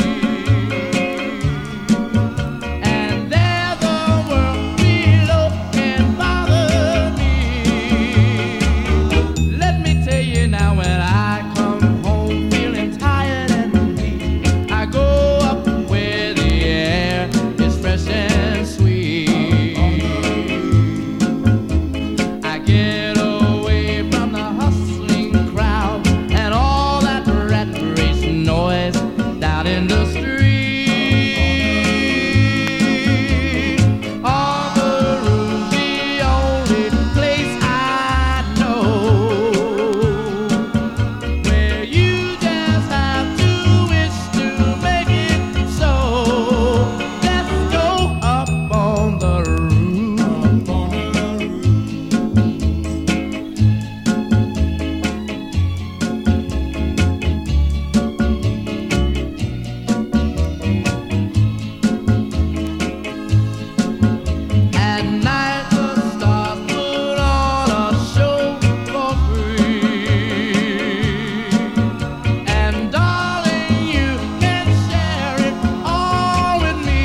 C: And there the world below can bother me. Let me tell you now when I come home feeling tired and weak, I go up where the
E: in the street. Honolulu's the only place I know where you just have to wish to make it so. Let's go up on the roof. At night the stars put on a show for free, and darling you can share it all with me.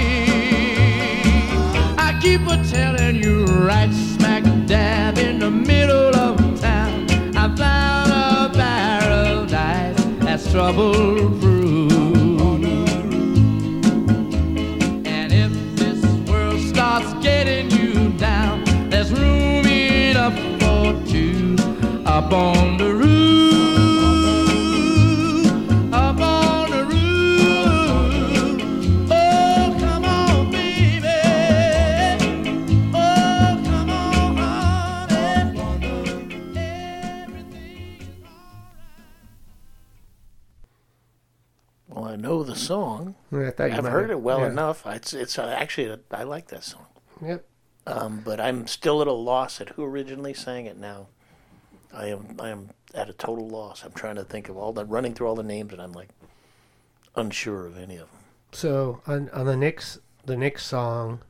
E: I keep a telling you right smack dab in the middle of town. I found a paradise that's trouble-proof. And if this world starts getting you down, there's room enough for two up on the roof. Up on the roof. Oh, come on, baby. Oh, come on, honey. Everything's
B: Well, I know the song.
A: I thought you
B: I've
A: might
B: heard it well
A: yeah.
B: enough. It's it's uh, actually I like that song,
A: Yep.
B: um, but I'm still at a loss at who originally sang it. Now, I am I am at a total loss. I'm trying to think of all the running through all the names, and I'm like unsure of any of them.
A: So on on the Knicks the Knicks song,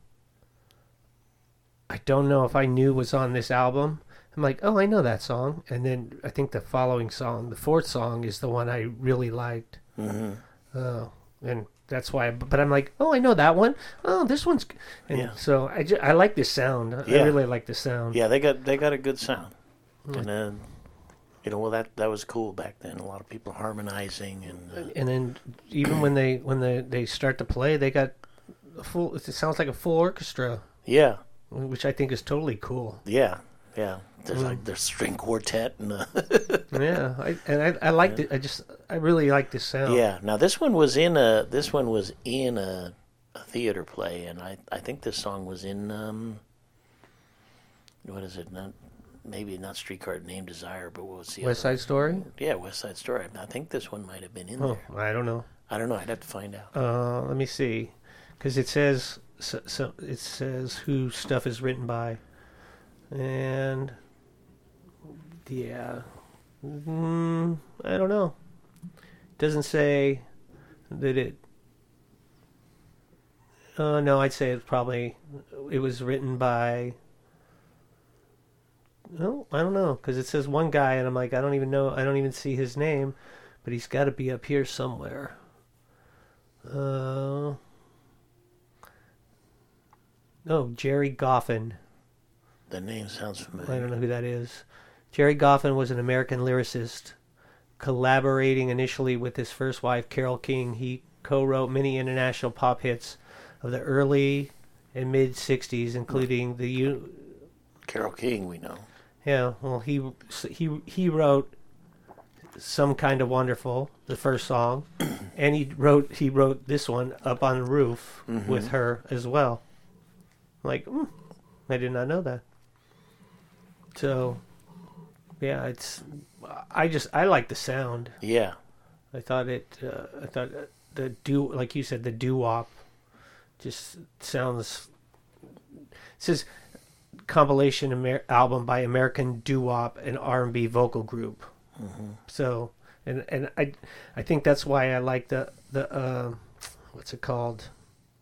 A: I don't know if I knew was on this album. I'm like, oh, I know that song, and then I think the following song, the fourth song, is the one I really liked. Mm-hmm. Oh, and that's why. But I'm like, oh, I know that one. Oh, this one's. g-" And
B: Yeah.
A: So I, ju- I like this sound.
B: Yeah.
A: I really like this sound.
B: Yeah, they got they got a good sound, and then you know well that that was cool back then. A lot of people harmonizing and uh,
A: and then even when they when they they start to play, they got a full. It sounds like a full orchestra,
B: yeah,
A: which I think is totally cool.
B: yeah, yeah. There's like there's string quartet and. Uh,
A: yeah, I, and I I liked it. I just I really like this sound.
B: Yeah. Now this one was in a this one was in a, a theater play, and I I think this song was in um. What is it? Not maybe not Streetcar Named Desire, but what was the
A: West
B: other?
A: Side Story.
B: Yeah, West Side Story. I think this one might have been in
A: Oh,
B: there.
A: I don't know.
B: I don't know. I'd have to find out.
A: Uh, let me see, because it says so, so. It says who stuff is written by, and yeah, mm, I don't know. Doesn't say that it. Uh, no, I'd say it's probably it was written by. No, I don't know because it says one guy, and I'm like, I don't even know. I don't even see his name, but he's got to be up here somewhere. Uh, oh, Jerry Goffin.
B: The name sounds
A: I don't
B: familiar.
A: know who that is. Jerry Goffin was an American lyricist, collaborating initially with his first wife, Carol King. He co-wrote many international pop hits of the early and mid '60s, including the U-
B: Carol King, we know.
A: yeah, well, he he he wrote some kind of wonderful, the first song, and he wrote he wrote this one up on the roof with her as well. Like, mm, I did not know that. So, yeah, it's I just I like the sound.
B: Yeah.
A: I thought it uh, I thought the do like you said the doo wop just sounds. It says compilation Amer- album by American doo wop and R and B vocal group.
B: Mm-hmm.
A: So and and I I think that's why I like the the uh, what's it called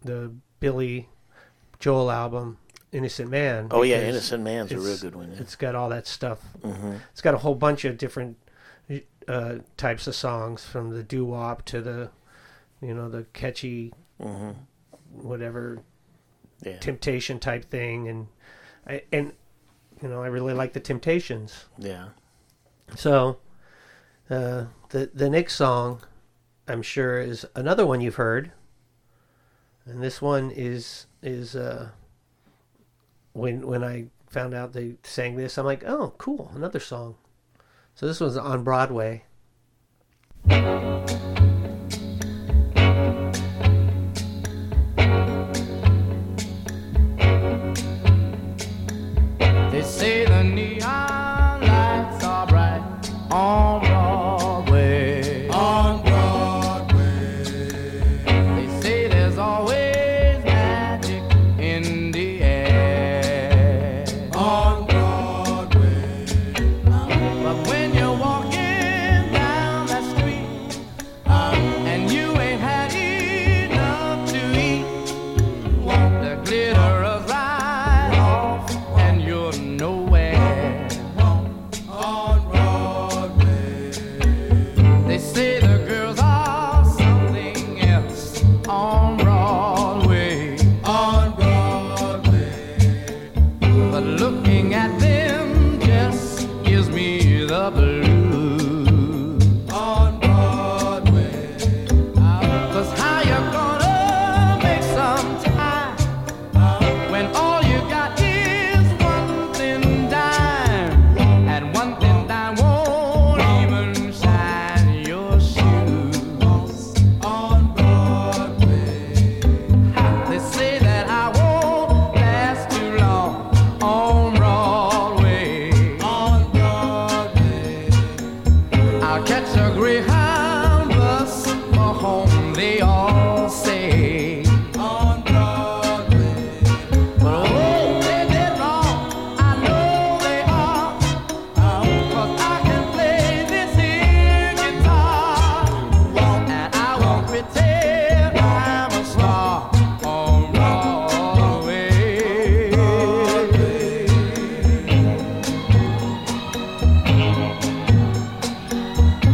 A: the Billy Joel album Innocent Man.
B: Oh yeah,
A: because
B: Innocent Man's a real
A: it's-
B: good one. yeah.
A: It's got all that stuff. It's got a whole bunch of different uh, types of songs, from the doo wop to the, you know, the catchy, whatever
B: Yeah.
A: temptation type thing, and I, and you know, I really like the Temptations.
B: yeah.
A: So, uh, the the next song, I'm sure, is another one you've heard, and this one is is uh, when when I found out they sang this, I'm like, oh, cool, another song. So this one's on Broadway.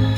C: oh,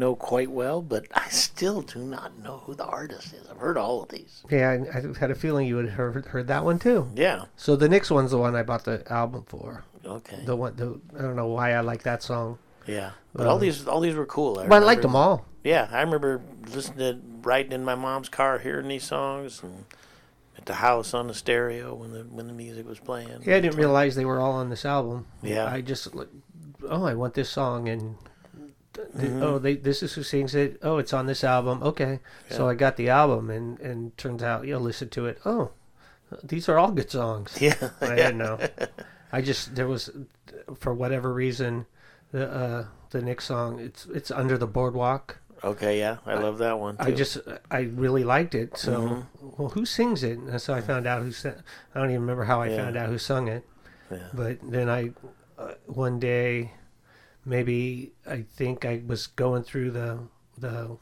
C: Oh,
B: quite well, but I still do not know who the artist is. I've heard all of these.
A: Yeah, I, I had a feeling you would heard heard that one too.
B: Yeah.
A: So the next one's the one I bought the album for.
B: Okay.
A: The one, the, I don't know why I like that song,
B: yeah. But all these all these were cool. I
A: Uh, but I liked them
B: remember-
A: all.
B: Yeah, I remember listening to riding in my mom's car, hearing these songs, and at the house on the stereo when the when the music was playing.
A: Yeah, I didn't realize they were all on this album.
B: Yeah.
A: I just like, oh, I want this song, and th- th-
B: Mm-hmm.
A: oh, they this is who sings it. Oh, it's on this album. Okay, so I got the album, and and turns out you know listen to it. Oh, these are all good songs.
B: Yeah.
A: I didn't know. I just there was for whatever reason the uh, the Nick song. It's it's under the boardwalk.
B: Okay, yeah, Mm-hmm. I love that one. Too.
A: I just I really liked it. So well, who sings it? And so I found out who sang. I don't even remember how I
B: Yeah.
A: found out who sung it.
B: Yeah.
A: But then I uh, one day maybe I think I was going through the the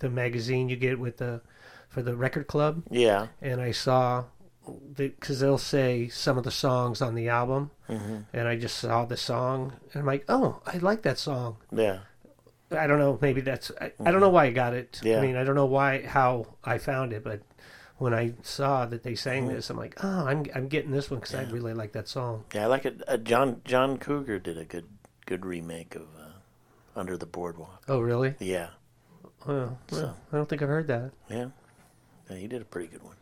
A: the magazine you get with the for the record club
B: yeah,
A: and I saw because they'll say some of the songs on the album,
B: Mm-hmm.
A: and I just saw the song, and I'm like, oh, I like that song.
B: yeah,
A: I don't know, maybe that's I, I don't know why I got it.
B: Mm. Yeah.
A: I mean, I don't know why how I found it, but when I saw that they sang
B: Mm-hmm.
A: this, I'm like, oh, I'm I'm getting this one because I really like that song.
B: yeah. I like it. Uh, John John Cougar did a good good remake of uh, Under the Boardwalk.
A: Oh, really?
B: Yeah,
A: Oh, well, I don't think I've heard that.
B: yeah, yeah. He did a pretty good one.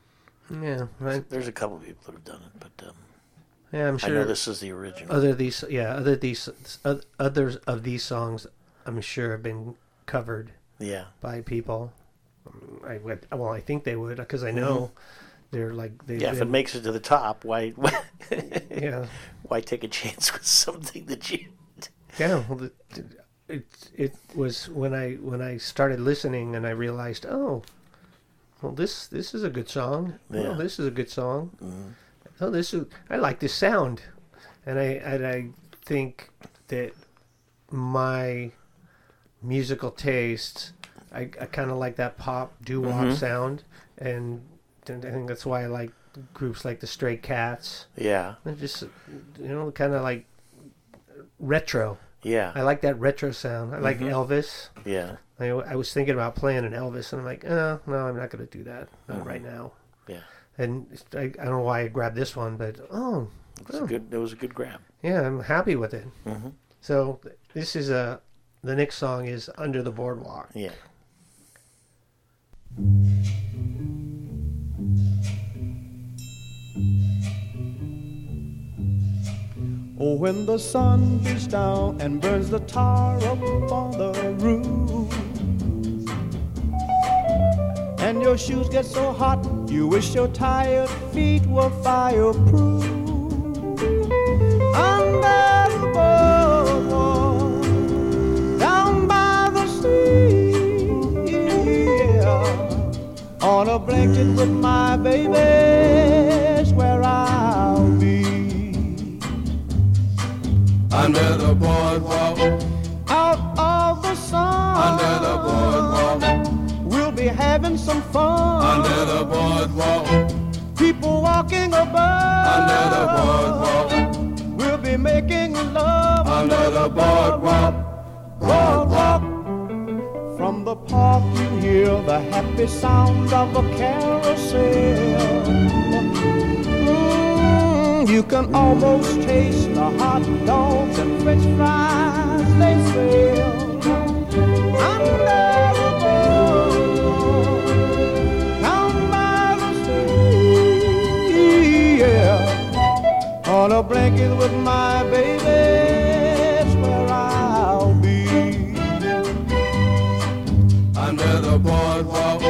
A: Yeah, I,
B: There's a couple people that have done it, but um,
A: yeah, I'm
B: I know
A: sure. Uh,
B: this is the original.
A: Other these, yeah, other these, oth- others of these songs, I'm sure have been covered.
B: Yeah,
A: by people. I would, well, I think they would because I know they're like they've
B: Mm-hmm. yeah. If it
A: been,
B: makes it to the top, why
A: yeah,
B: why take a chance with something that you?
A: yeah. Well, the- it it was when I when I started listening and I realized oh, well this this is a good song.
B: Yeah.
A: Well, this is a good song. Oh, this is I like this sound, and I and I think that my musical taste. I, I kind of like that pop doo wop sound, and th- I think that's why I like groups like the Stray Cats.
B: Yeah,
A: They're just you know kind of like retro. I
B: yeah,
A: like that retro sound. I like Elvis.
B: yeah,
A: I, I was thinking about playing an Elvis, and I'm like, oh, no, I'm not going to do that not right now.
B: yeah.
A: And it's- I, I don't know why I grabbed this one, but oh,
B: It's a good. It was a good grab.
A: yeah, I'm happy with it. So this is a the next song is Under the Boardwalk.
B: Yeah.
C: Oh, when the sun beats down and burns the tar up on the roof. And your shoes get so hot, you wish your tired feet were fireproof. Under the boardwalk, down by the sea, yeah. on a blanket with my baby, is where I'll be
D: Under the boardwalk,
C: out of the sun.
D: under the boardwalk,
C: We'll be having some fun.
D: under the boardwalk,
C: People walking above.
D: under the boardwalk,
C: We'll be making love.
D: under the boardwalk.
C: boardwalk. From the park you hear the happy sound of a carousel. Mm, you can almost taste the hot dogs and french fries they sell. Under the boardwalk, down by the sea, yeah. On a blanket with my baby, it's where I'll be.
D: Under the boardwalk,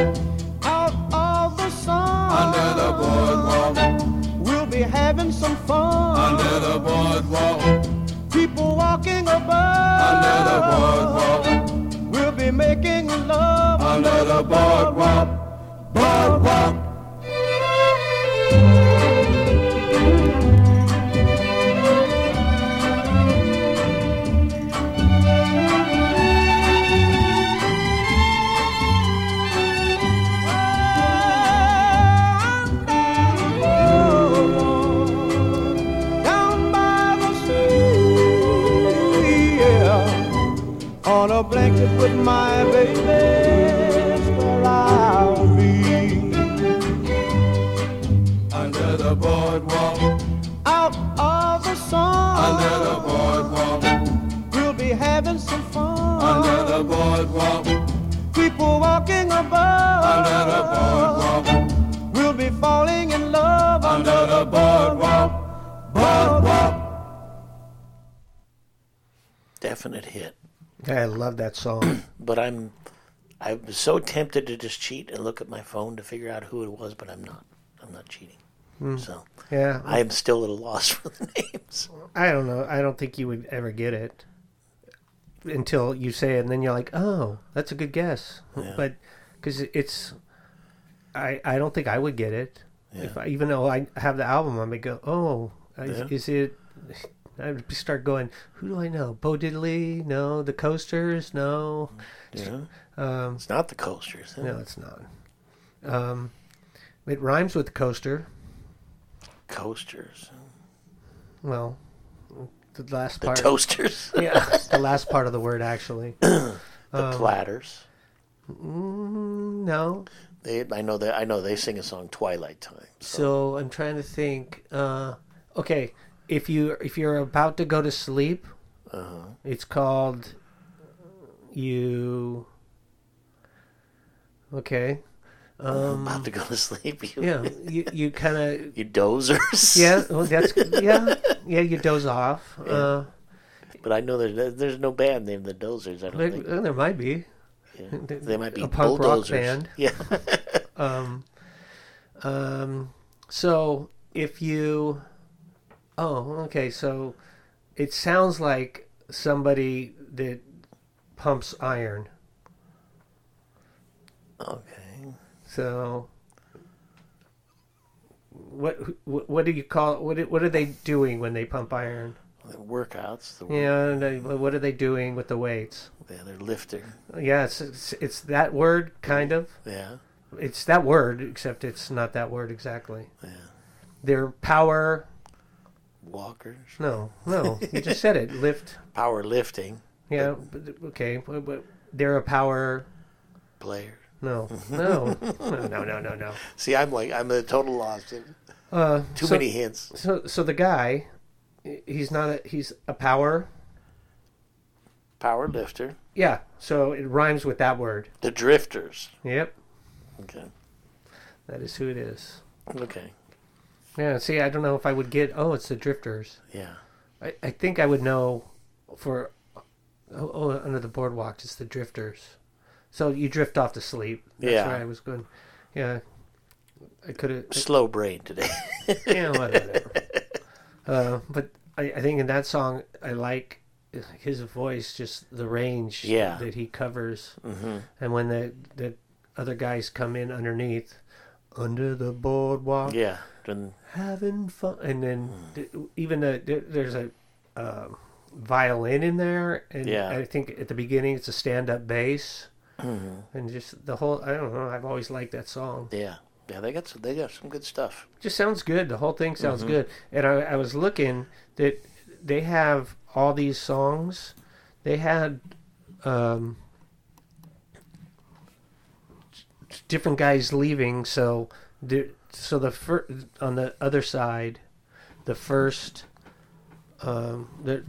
C: out of the sun.
D: under the boardwalk,
C: We'll be having some fun.
D: under the boardwalk,
C: People walking above.
D: under the boardwalk,
C: We'll be making love.
D: under the boardwalk, boardwalk.
C: Down by the sea, yeah. On a blanket with my
B: definite hit.
A: I love that song.
B: But I'm I was so tempted to just cheat and look at my phone to figure out who it was, but I'm not. I'm not cheating.
A: Hmm.
B: So
A: Yeah,
B: I am still at a loss for the names.
A: I don't know. I don't think you would ever get it until you say it, and then you're like, "Oh, that's a good guess."
B: Yeah.
A: But because it's, I I don't think I would get it. If I, even though I have the album, I may go, "Oh, is,
B: Yeah.
A: is it?" I would start going, "Who do I know? Bo Diddley? No, the Coasters? No,
B: Yeah.
A: um,
B: it's not the coasters. is it?
A: no, it's not." Um, it rhymes with coaster.
B: Coasters.
A: Well, the last
B: The
A: part.
B: toasters.
A: yeah, the last part of the word actually. Um,
B: the platters.
A: Mm, No,
B: They I know that I know they sing a song Twilight Time.
A: So I'm trying to think. Uh, okay, if you if you're about to go to sleep,
B: Uh-huh.
A: it's called you. Okay.
B: about to go to sleep. You,
A: mm. Yeah. You you kind of
B: you dozers.
A: yeah. Well, that's yeah yeah. You doze off. Uh,
B: But I know there's there's no band named the Dozers. I don't
A: there,
B: think
A: there might be. there-
B: they might be
A: uh, a punk rock
B: bulldozers.
A: band.
B: Yeah,
A: Um, so if you, oh, okay, so it sounds like somebody that pumps iron.
B: okay.
A: So what wh- what do you call what do- what are they doing when they pump iron?
B: The workouts. The, yeah.
A: Yeah, and they- what are they doing with the weights?
B: they're lifting.
A: Yeah, it's, it's it's that word kind of.
B: Yeah,
A: It's that word except it's not that word exactly.
B: yeah.
A: They're power.
B: Walkers.
A: No, no, you just said it. Lift
B: Power lifting
A: Yeah, but, okay, but, but they're a power.
B: player.
A: No, no, no, no, no, no, no.
B: See, I'm like I'm at a total loss.
A: Uh,
B: Too
A: so,
B: many hints.
A: So, so the guy, he's not a he's a power.
B: Power lifter.
A: Yeah, so it rhymes with that word.
B: The drifters.
A: Yep,
B: Okay.
A: that is who it is.
B: Okay.
A: Yeah, see, I don't know if I would get. Oh, it's the Drifters.
B: Yeah.
A: I, I think I would know for. Oh, oh, under the boardwalk, it's the Drifters. So you drift off to sleep. That's
B: Yeah.
A: where I was going. Yeah, I could have.
B: Slow brain today.
A: yeah, whatever. uh, but I, I think in that song, I like his voice, just the range
B: Yeah.
A: that he covers. Mm-hmm. And when the, the other guys come in underneath, under the boardwalk,
B: yeah. Hmm. Then
A: having fun. And then th- even the, there- there's a um violin in there. And
B: Yeah.
A: I think at the beginning, it's a stand up bass.
B: Mm-hmm.
A: And just the whole, I don't know, I've always liked that song
B: yeah. Yeah, they got some, they got some good stuff.
A: just sounds good. The whole thing sounds good. And I, I was looking that they have all these songs. They had um, t- different guys leaving, so the so the fir- on the other side, the first um, the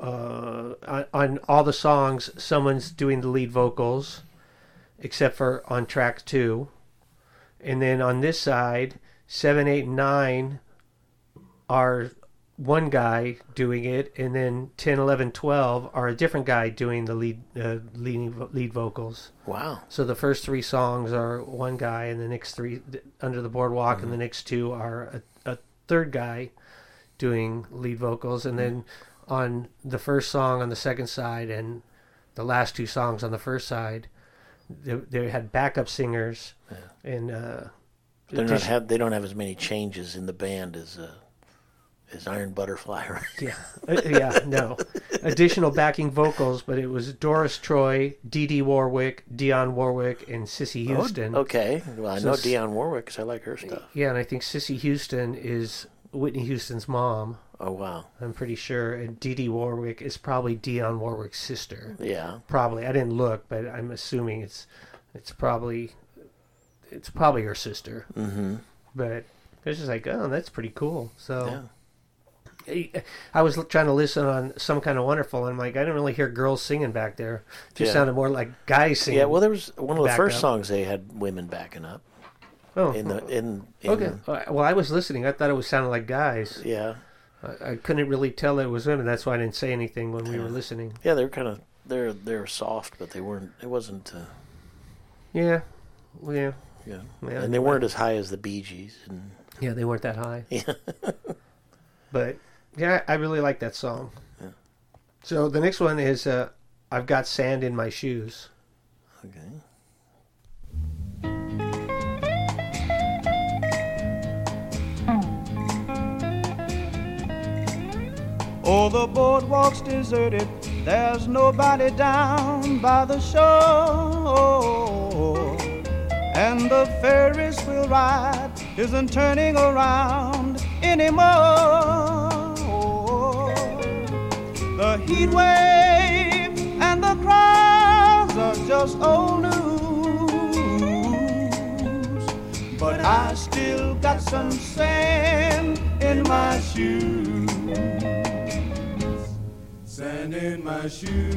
A: uh, on, on all the songs, someone's doing the lead vocals, except for on track two. And then on this side, seven, eight, and nine are one guy doing it, and then 10, 11, 12 are a different guy doing the lead uh, leading lead vocals.
B: Wow.
A: So the first three songs are one guy, and the next three th- under the boardwalk, and the next two are a, a third guy doing lead vocals, and then on the first song on the second side, and the last two songs on the first side, they, they had backup singers, and uh,
B: They're not
A: addition-
B: have, they don't have as many changes in the band as uh, as Iron Butterfly. Right?
A: yeah, Uh, yeah, no additional backing vocals, but it was Doris Troy, Dee Dee Warwick, Dionne Warwick, and Sissy Houston.
B: Okay. Well, I
A: So
B: know
A: s-
B: Dionne Warwick because I like her stuff.
A: Yeah, and I think Sissy Houston is Whitney Houston's mom.
B: Oh wow.
A: I'm pretty sure, and Dee Dee Warwick is probably Dionne Warwick's sister.
B: Yeah.
A: Probably, I didn't look, but I'm assuming it's it's probably it's probably her sister. Mm-hmm. But it's just like, oh, that's pretty cool. So. I was l- trying to listen on some kind of wonderful, and I'm like, I didn't really hear girls singing back there. It just
B: Yeah.
A: sounded more like guys singing.
B: Yeah. Well, there was one of the
A: Back
B: first
A: up.
B: songs they had women backing up
A: oh,
B: in the in, in
A: okay. Well, I was listening. I thought it was sounding like guys.
B: yeah.
A: I, I couldn't really tell it was him, and that's why I didn't say anything when we were listening.
B: Yeah, they're kind of they're they're soft, but they weren't. It wasn't. Uh,
A: Yeah, yeah,
B: yeah.
A: Yeah.
B: and they weren't as high as the Bee Gees. And
A: yeah. They weren't that high.
B: Yeah.
A: but yeah, I really like that song. So the next one is uh, "I've Got Sand in My Shoes."
B: okay,
E: Oh, the boardwalk's deserted. There's nobody down by the shore. And the Ferris wheel ride isn't turning around anymore. The heat wave and the crowds are just old news. But I still got some sand in my shoes.
D: Sand in my shoes.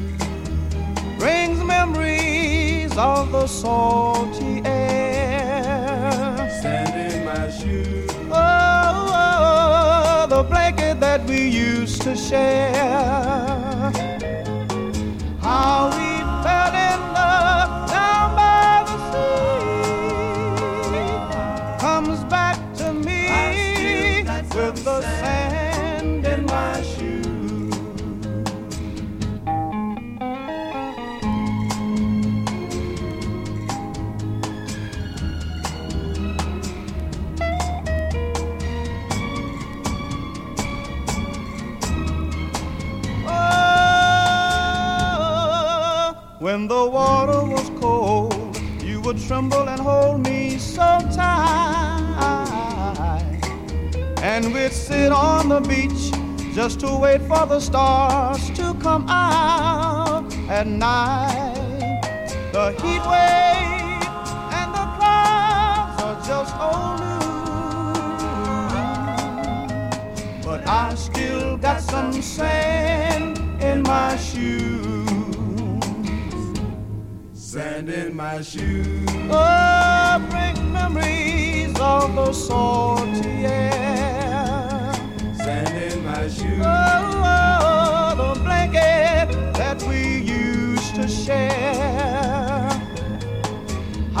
E: brings memories of the salty air.
D: Sand in my shoes.
E: Oh, oh, the blanket that we used to share. How we fell in love down by the sea comes back to me with the sand in my shoes. Oh, When the water was cold, you would tremble and hold me so tight. And we'd sit on the beach just to wait for the stars to come out at night. The heat wave and the clouds are just old news. But I still got some sand in my shoes.
D: Sand in my shoes.
E: Oh, bring memories of the salty air.
D: Sand in my
E: Oh,
D: shoes.
E: oh, the blanket that we used to share.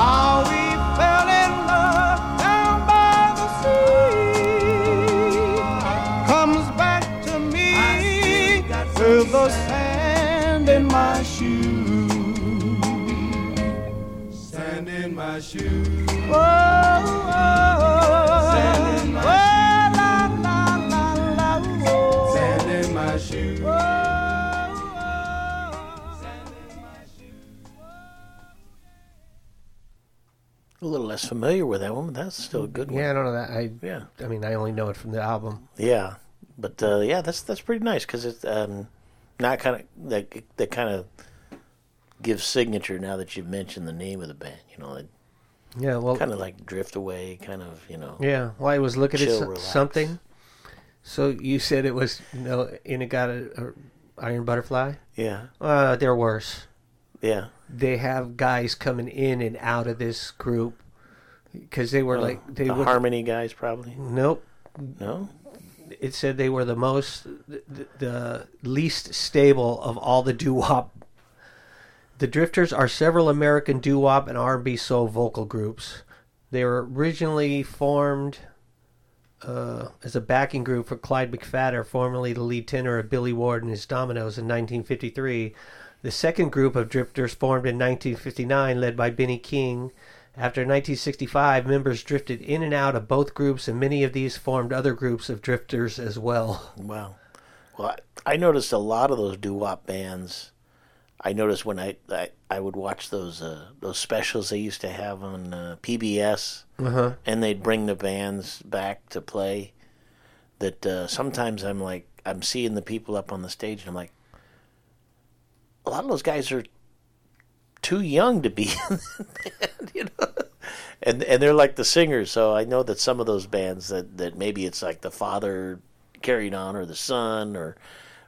E: How we fell in love down by the sea comes back to me with the sand in my shoes.
D: Sand in my shoes.
E: Oh, oh, oh.
D: Sand in my
E: Oh, la, la, la, la, oh.
D: Sand in my shoes.
E: Oh, oh,
B: a little less familiar with that one, but that's still a good one.
A: Yeah, I don't know that. I
B: Yeah,
A: I mean, I only know it from the album.
B: yeah, but uh, yeah, that's that's pretty nice because it's um, not kind of that that kind of gives signature now that you mentioned the name of the band. You know, it
A: Yeah, well,
B: kind of like drift away, kind of you know.
A: yeah. Well, I was looking
B: Chill,
A: at so-
B: relax.
A: something. So you said it was you know, in it got a, a Iron Butterfly.
B: yeah,
A: Uh, they're worse.
B: yeah.
A: They have guys coming in and out of this group because they were like they
B: Oh, the
A: were.
B: harmony guys probably
A: nope.
B: no.
A: It said they were the most, the, the least stable of all the doo wop. The Drifters are several American doo wop and R&B soul vocal groups. They were originally formed uh, as a backing group for Clyde McFadder, formerly the lead tenor of Billy Ward and his Dominoes in 1953. The second group of drifters formed in 1959, led by Benny King. After 1965, members drifted in and out of both groups, and many of these formed other groups of drifters as well.
B: Wow. Well, I, I noticed a lot of those doo wop bands. I noticed when I, I I would watch those uh, those specials they used to have on uh, PBS,
A: Uh-huh.
B: and they'd bring the bands back to play. That uh, sometimes I'm like I'm seeing the people up on the stage, and I'm like, a lot of those guys are too young to be in the band, you know. And and they're like the singers, so I know that some of those bands that, that maybe it's like the father carried on or the son or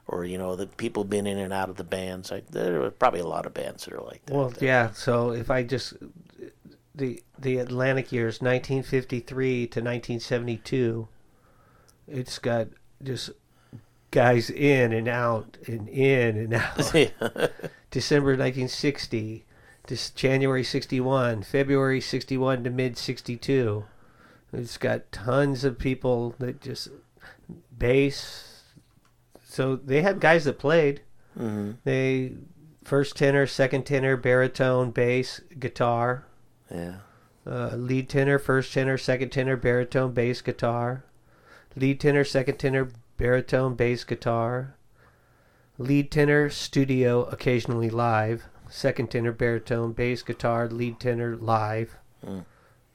B: or you know the people been in and out of the bands. I, there are probably a lot of bands that are like that.
A: Well, yeah. So if I just the the Atlantic years, 1953 to 1972, it's got just guys in and out and in and out. December 1960, this January 61, February 61 to mid 62. It's got tons of people that just bass. So they had guys that played. They first tenor, second tenor, baritone, bass, guitar
B: yeah.
A: uh, lead tenor, first tenor, second tenor, baritone, bass, guitar. Lead tenor, second tenor, baritone, bass, guitar. Lead tenor, studio, occasionally live. Second tenor, baritone, bass, guitar. Lead tenor, live.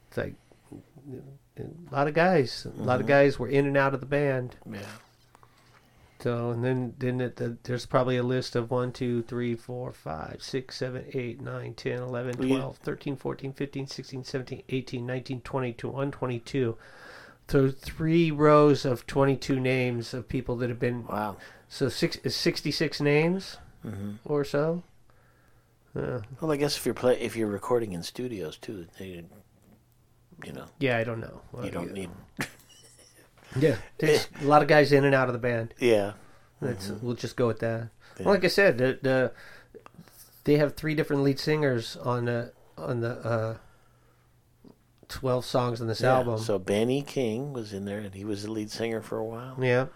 A: It's like a lot of guys. A lot of guys were in and out of the band.
B: Yeah.
A: So and then then it, the, there's probably a list of one, two, three, four, five, six, seven, eight, nine, 10, 11,
B: Well, you-
A: 12, 13, 14, 15, 16, 17, 18, 19, 20, 21, 22. So three rows of 22 names of people that have been
B: Wow. Mm-hmm.
A: so six, is 66 names or so. Uh,
B: Well, I guess if you're play if you're recording in studios too, they, you know,
A: yeah, I don't know.
B: you don't need.
A: Yeah, there's a lot of guys in and out of the band.
B: Yeah.
A: That's
B: Mm-hmm.
A: we'll just go with that. Well, like I said, the, the they have three different lead singers on the on the uh, twelve songs on this
B: Yeah,
A: album.
B: So Benny King was in there, and he was the lead singer for a while.
A: yeah.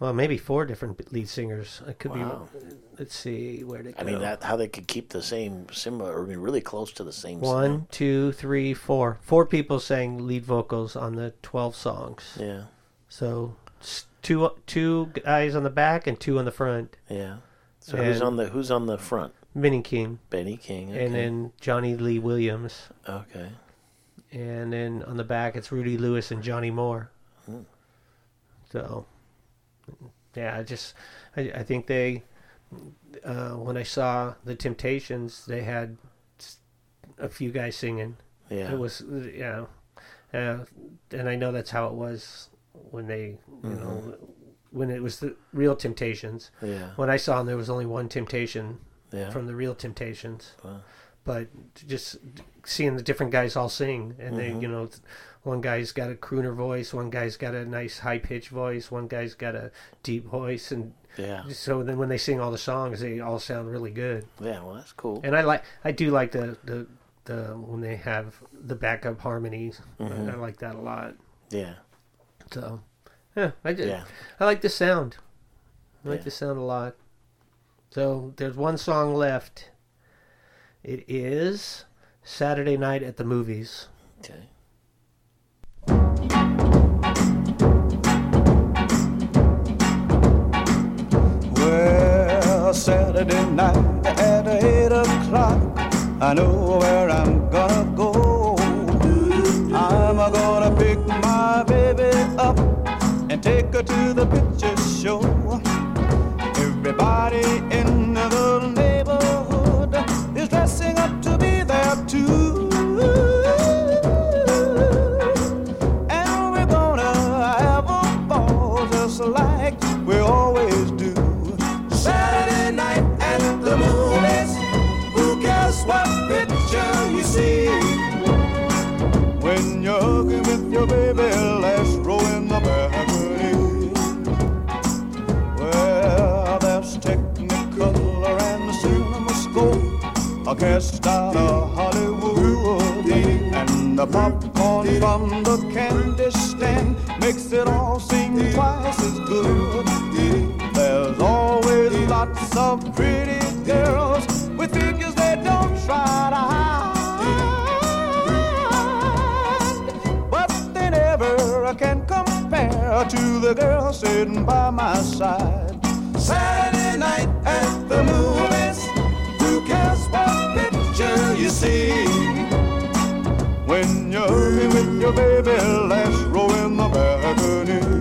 A: Well, maybe four different lead singers. I could
B: Wow.
A: be. Let's see where they go.
B: I mean, that how they could keep the same similar, or I mean, really close to the same.
A: One, two, three, four. Four people sang lead vocals on the twelve songs.
B: sound.
A: So s- two two guys on the back and two on the front.
B: Yeah, yeah. So who's
A: And-
B: on the who's on the front?
A: Minnie King
B: Benny King. Okay.
A: and then Johnny Lee Williams.
B: okay.
A: and then on the back it's Rudy Lewis and Johnny Moore. So, yeah, I just I, I think they uh, when I saw the Temptations, they had s- a few guys singing.
B: Yeah.
A: It was you know, uh, and I know that's how it was when they you know when it was the real Temptations.
B: Yeah.
A: When I saw them, there was only one Temptation
B: yeah.
A: from the real Temptations.
B: Wow.
A: But just seeing the different guys all sing, and they,
B: Mm-hmm.
A: you know, one guy's got a crooner voice, one guy's got a nice high pitched voice, one guy's got a deep voice, and
B: yeah.
A: so then when they sing all the songs, they all sound really good.
B: Yeah. Well, that's cool.
A: And I like, I do like the the, the when they have the backup harmonies.
B: Mm-hmm.
A: I, I like that a lot.
B: yeah.
A: So, yeah, I did.
B: Yeah.
A: I like the sound. I like
B: Yeah.
A: the sound a lot. So there's one song left. It is Saturday Night at the Movies.
B: Okay.
C: Well, Saturday night at eight o'clock, I know where I'm gonna go. I'm gonna pick my baby up and take her to the picture show. Everybody in the neighborhood is dressing up to be there too. And we're gonna have a ball just like we always do. Saturday night at the movies. Who cares what picture you see? When you're hugging with your baby, last row in the balcony. Well, there's Technicolor and the CinemaScope, a cast out of Hollywood, and the popcorn from the candy stand makes it all seem twice as good. There's always lots of pretty girls with figures they don't try to hide, but they never can compare to the girl sitting by my side. Saturday night at the movies, who cares what picture you see? When you're hurting with your baby, last row in the balcony.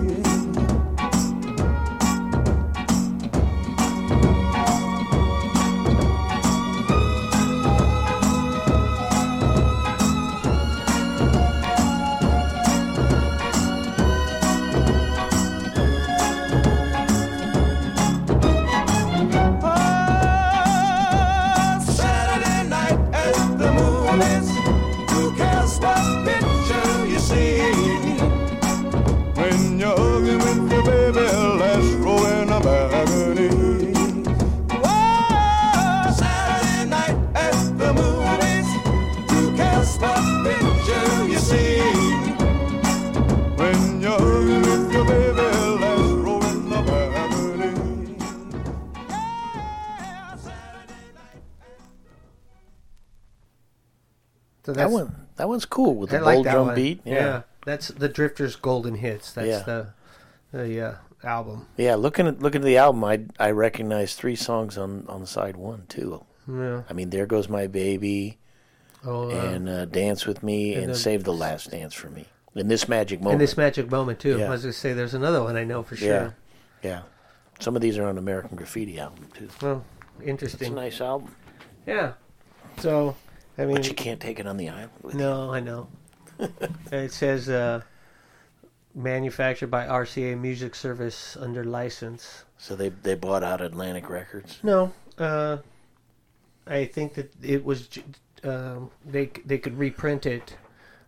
C: Saturday night at the movies. Who cares what picture you see?
D: just a picture you see.
E: When you're with your baby, let's roll in the balcony.
A: So
B: That
A: that's,
B: one, that one's cool with
A: I
B: the
A: like
B: bold
A: that
B: drum
A: one.
B: beat.
A: Yeah. that's the Drifters' Golden Hits. That's
B: Yeah.
A: the the uh, album.
B: Yeah, looking at looking at the album, I I recognize three songs on on side one too.
A: Yeah.
B: I mean, there goes my baby,
A: Oh, uh,
B: and
A: and,
B: uh, dance with me, and,
A: then-
B: save the last dance for me. In this magic moment,
A: this magic moment too.
B: oh, Yeah.
A: I was gonna say there's another one I know for sure.
B: yeah, yeah. Some of these are on American Graffiti album too.
A: Well,
B: It's a
A: interesting.
B: nice album,
A: Yeah. So, I mean,
B: but you can't take it on the island. With you.
A: no, I know. it says uh, manufactured by RCA Music Service under license.
B: So they they bought out Atlantic Records.
A: No, uh, I think that it was j- um, they they could reprint it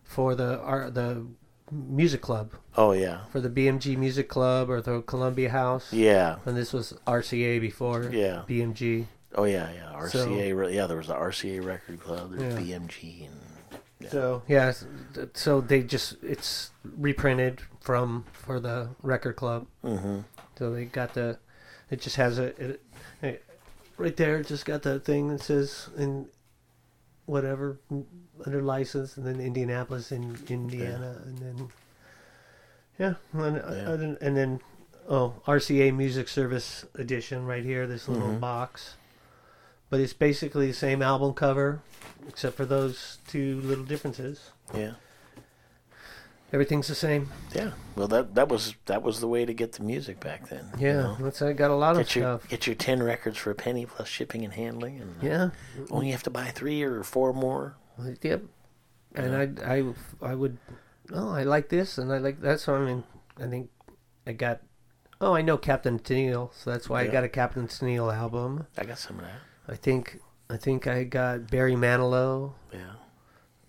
A: for the our, the music club
B: Oh yeah,
A: for the BMG Music Club or the Columbia House.
B: yeah,
A: And this was RCA before
B: Yeah.
A: BMG.
B: oh yeah, yeah.
A: So-
B: RCA, re- yeah. There was the RCA Record Club, there's BMG, and
A: So yeah, s- th- so they just it's reprinted from for the record club. Mm-hmm. So they got the it just has a it, it- right there. it Just got the thing that says in whatever m- under license, and then Indianapolis in Indiana, and then yeah, and, and then- and then oh RCA Music Service edition right here. This little box. But it's basically the same album cover, except for those two little differences.
B: yeah,
A: Everything's the same.
B: yeah. Well, that that was that was the way to get the music back then. you
A: Yeah,
B: know?
A: that's I got a lot of
B: Get your,
A: stuff.
B: get your 10 records for a penny plus shipping and handling. And
A: Yeah,
B: Only have to buy three or four more.
A: yep. And I, I, I would. Oh, I like this, and I like that's why I mean. I think I got. Oh, I know Captain Tennille, so that's why I
B: Yeah.
A: got a Captain Tennille album.
B: I got some of that.
A: I think I think I got Barry Manilow.
B: Yeah.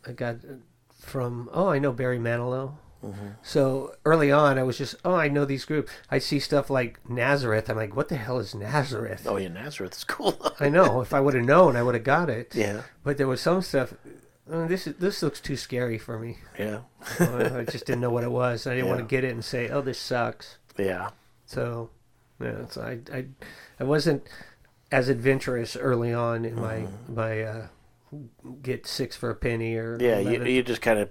A: I got uh, from oh I know Barry Manilow.
B: Mm-hmm.
A: So early on, I was just oh I know these groups. I see stuff like Nazareth. I'm like, what the hell is Nazareth?
B: Oh, yeah, Nazareth is cool.
A: I know. If I would have known, I would have got it.
B: Yeah.
A: But there was some stuff. uh, this is, this looks too scary for me.
B: yeah.
A: I just didn't know what it was. I didn't want
B: Yeah.
A: to get it and say, "Oh, this sucks."
B: Yeah.
A: So, yeah, so I, I, I wasn't as adventurous early on in my
B: Mm-hmm.
A: my uh, get six for a penny or
B: Yeah. You,
A: 11.
B: you just kind of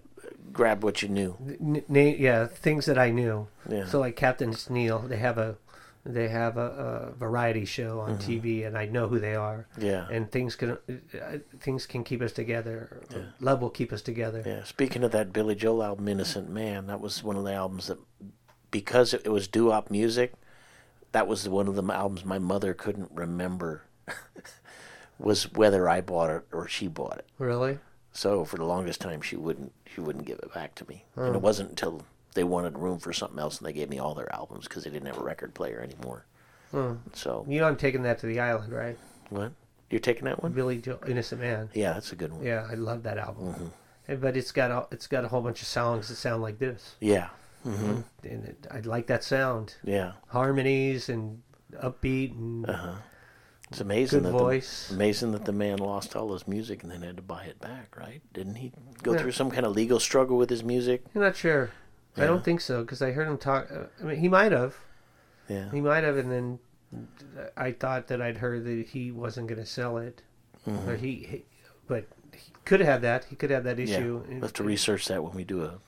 B: grab what you knew.
A: N- na- yeah things that I knew.
B: Yeah.
A: So like Captain Sneal, they have a they have a, a variety show on TV, and I know who they are.
B: Mm-hmm. Yeah.
A: And things can uh, things can keep us together. Love will keep us together.
B: yeah. Speaking of that Billy Joel album, Innocent Man, that was one of the albums that, because it, it was doo wop music, that was one of the albums my mother couldn't remember was whether I bought it or she bought it.
A: Really?
B: So for the longest time, she wouldn't she wouldn't give it back to me, and it wasn't until they wanted room for something else and they gave me all their albums because they didn't have a record player anymore. Hmm. So
A: You know, I'm taking that to the island, right?
B: what you're taking that one?
A: Billy Joel, Innocent Man.
B: Yeah, that's a good one.
A: Yeah, I love that album.
B: Mm-hmm.
A: And- But it's got a, it's got a whole bunch of songs that sound like this,
B: Yeah,
A: and it, I like that sound,
B: yeah.
A: harmonies and upbeat and
B: Uh-huh. It's amazing
A: Good
B: that
A: voice.
B: The, amazing that the man lost all his music and then had to buy it back, right? Didn't he go through some kind of legal struggle with his music?
A: I'm not sure. I don't think so because I heard him talk. uh, I mean, he might have.
B: Yeah,
A: He might have, and then I thought that I'd heard that he wasn't going to sell it, or he, he- But he could have had that. He could have that
B: Mm-hmm. yeah.
A: issue.
B: We'll have to research that when we do a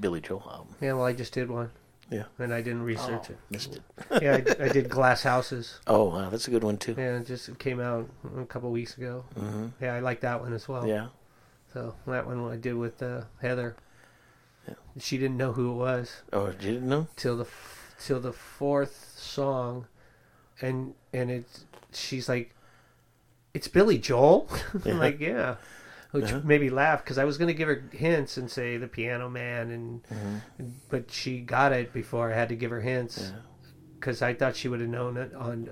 B: Billy Joel album.
A: Yeah, well, I just did one,
B: Yeah,
A: and I didn't research
B: missed it.
A: it. Yeah, I, I did Glass Houses.
B: Oh wow, that's a good one too. Yeah,
A: Yeah, it just it came out a couple weeks ago. Mm-hmm. Yeah, I like that one as well.
B: yeah.
A: So that one I did with uh, Heather. She didn't know who it was.
B: Oh, you didn't know?
A: till the f- till the fourth song, and and it's she's like, it's Billy Joel. I'm
B: Yeah.
A: like, yeah, which made me laugh because I was gonna give her hints and say the Piano Man, and but she got it before I had to give her hints because I thought she would have known it on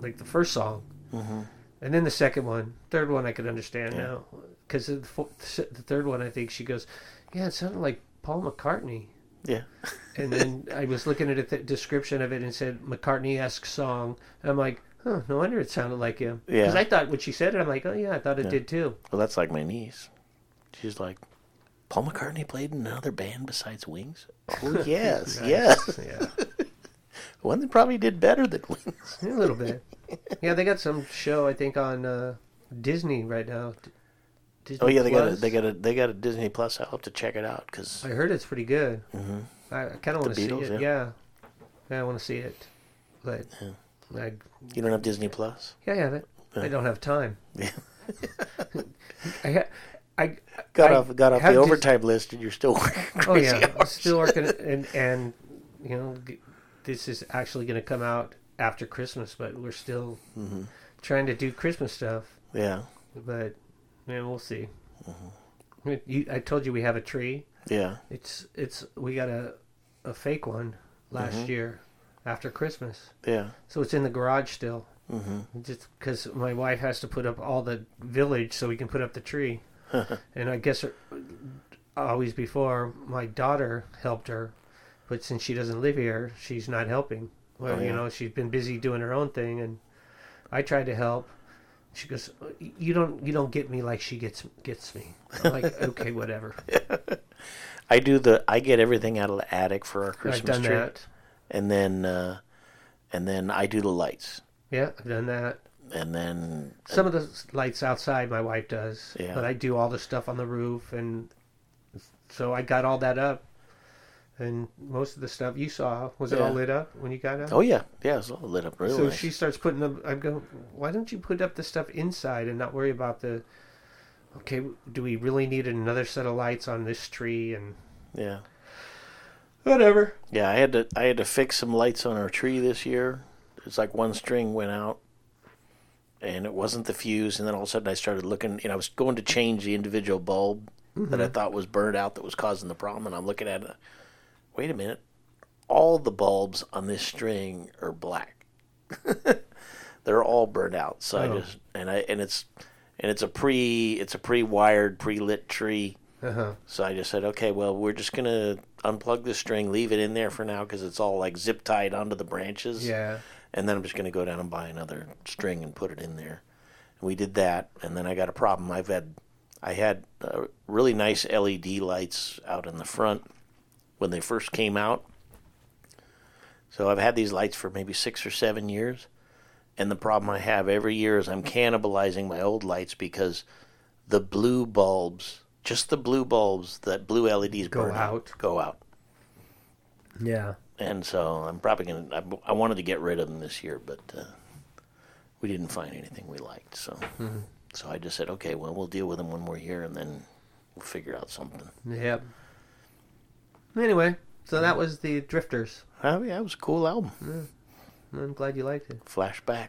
A: like the first song. And then the second one, third one, I could understand now. 'Cause now, because the, third one, I think she goes, "Yeah, it sounded like Paul McCartney."
B: Yeah.
A: And then I was looking at the description of it and it said McCartney esque song. And I'm like, huh, no wonder it sounded like him.
B: Yeah.
A: Because I thought when she said it, I'm like, oh yeah, I thought it did too.
B: Well, that's like my niece. She's like, Paul McCartney played in another band besides Wings? Oh, yes, yes.
A: Yeah,
B: One that probably did better than Wings.
A: a little bit. Yeah, they got some show I think on uh, Disney right now. D- Disney
B: Oh, yeah, they got, a,
A: Plus.
B: they, got a, they got a Disney Plus. I'll have to check it out because
A: I heard it's pretty good. I, I kind of want to see
B: Mm-hmm. Beatles,
A: it. Yeah, yeah, I want to see it, but I,
B: you don't have Disney Plus.
A: yeah, I have it. I don't have time.
B: Yeah.
A: I, ha- I
B: Got
A: I
B: off, got off
A: have
B: the
A: Dis-
B: overtime list and you're still working
A: Oh
B: crazy
A: yeah, I'm
B: hours.
A: still working, and and you know, g- this is actually going to come out after Christmas, but we're still trying to do Christmas stuff.
B: Yeah,
A: But man, we'll see. You, I told you we have a tree.
B: yeah.
A: It's it's we got a a fake one last year after Christmas,
B: Yeah.
A: so it's in the garage still. Mm-hmm. Just because my wife has to put up all the village so we can put up the tree, and I guess her, always before my daughter helped her, but since she doesn't live here, she's not helping. Well, you
B: yeah.
A: know, she's been busy doing her own thing, and I tried to help. She goes, "You don't, you don't get me like she gets gets me." I'm like, "Okay, whatever."
B: I do the I get everything out of the attic for our
A: I've
B: Christmas
A: done
B: tree.
A: that.
B: And then uh and then I do the lights.
A: Yeah, I've done that.
B: And then
A: Some of the s- lights outside, my wife does,
B: Yeah.
A: but I do all the stuff on the roof, and so I got all that up. And most of the stuff you saw was it all
B: Yeah.
A: lit up when you got up?
B: oh yeah, yeah, it's all lit up really
A: So
B: nice.
A: she starts putting the. I'm going. Why don't you put up the stuff inside and not worry about the? Okay, do we really need another set of lights on this tree and
B: Yeah.
A: whatever?
B: Yeah, I had to I had to fix some lights on our tree this year. It's like one string went out and it wasn't the fuse and then all of a sudden I started looking and I was going to change the individual bulb that I thought was burned out that was causing the problem and I'm looking at it wait a minute. All the bulbs on this string are black. They're all burned out. So I just and I and it's and it's a pre it's a pre wired, pre lit tree. So I just said, okay, well, we're just gonna unplug this string, leave it in there for now because it's all like zip tied onto the branches.
A: Yeah.
B: And then I'm just gonna go down and buy another string and put it in there. And we did that, and then I got a problem. I've had, I had uh, really nice LED lights out in the front when they first came out. So I've had these lights for maybe six or seven years, and the problem I have every year is I'm cannibalizing my old lights because the blue bulbs, just the blue bulbs that blue LEDs
A: Go
B: burn
A: out.
B: go out.
A: Yeah.
B: And so I'm probably gonna. I, I wanted to get rid of them this year, but uh, we didn't find anything we liked. So,
A: Mm-hmm.
B: so I just said, okay, well, we'll deal with them when we're here, and then we'll figure out something.
A: Yep. Anyway, so
B: Mm.
A: that was the Drifters.
B: Oh yeah, it was a cool album.
A: I'm glad you liked it.
B: Flashback.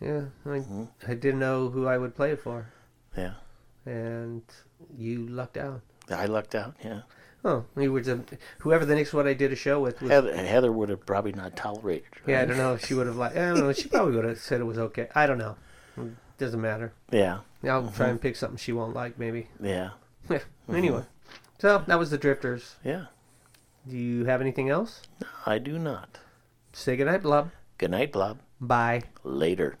A: Yeah, I, I didn't know who I would play it for,
B: Yeah,
A: and you lucked out.
B: I lucked out. Yeah,
A: Oh, you were the, whoever the next one I did a show with. Was,
B: Heather, Heather would have probably not tolerated. it,
A: yeah, I
B: right?
A: don't know if she would have liked. I don't know. She probably would have said it was okay. I don't know. Doesn't matter.
B: yeah,
A: I'll try and pick something she won't like, maybe.
B: yeah,
A: anyway, so that was the Drifters.
B: yeah.
A: Do you have anything else?
B: I do not.
A: Say goodnight, Blob.
B: Good night, Blob.
A: Bye.
B: Later.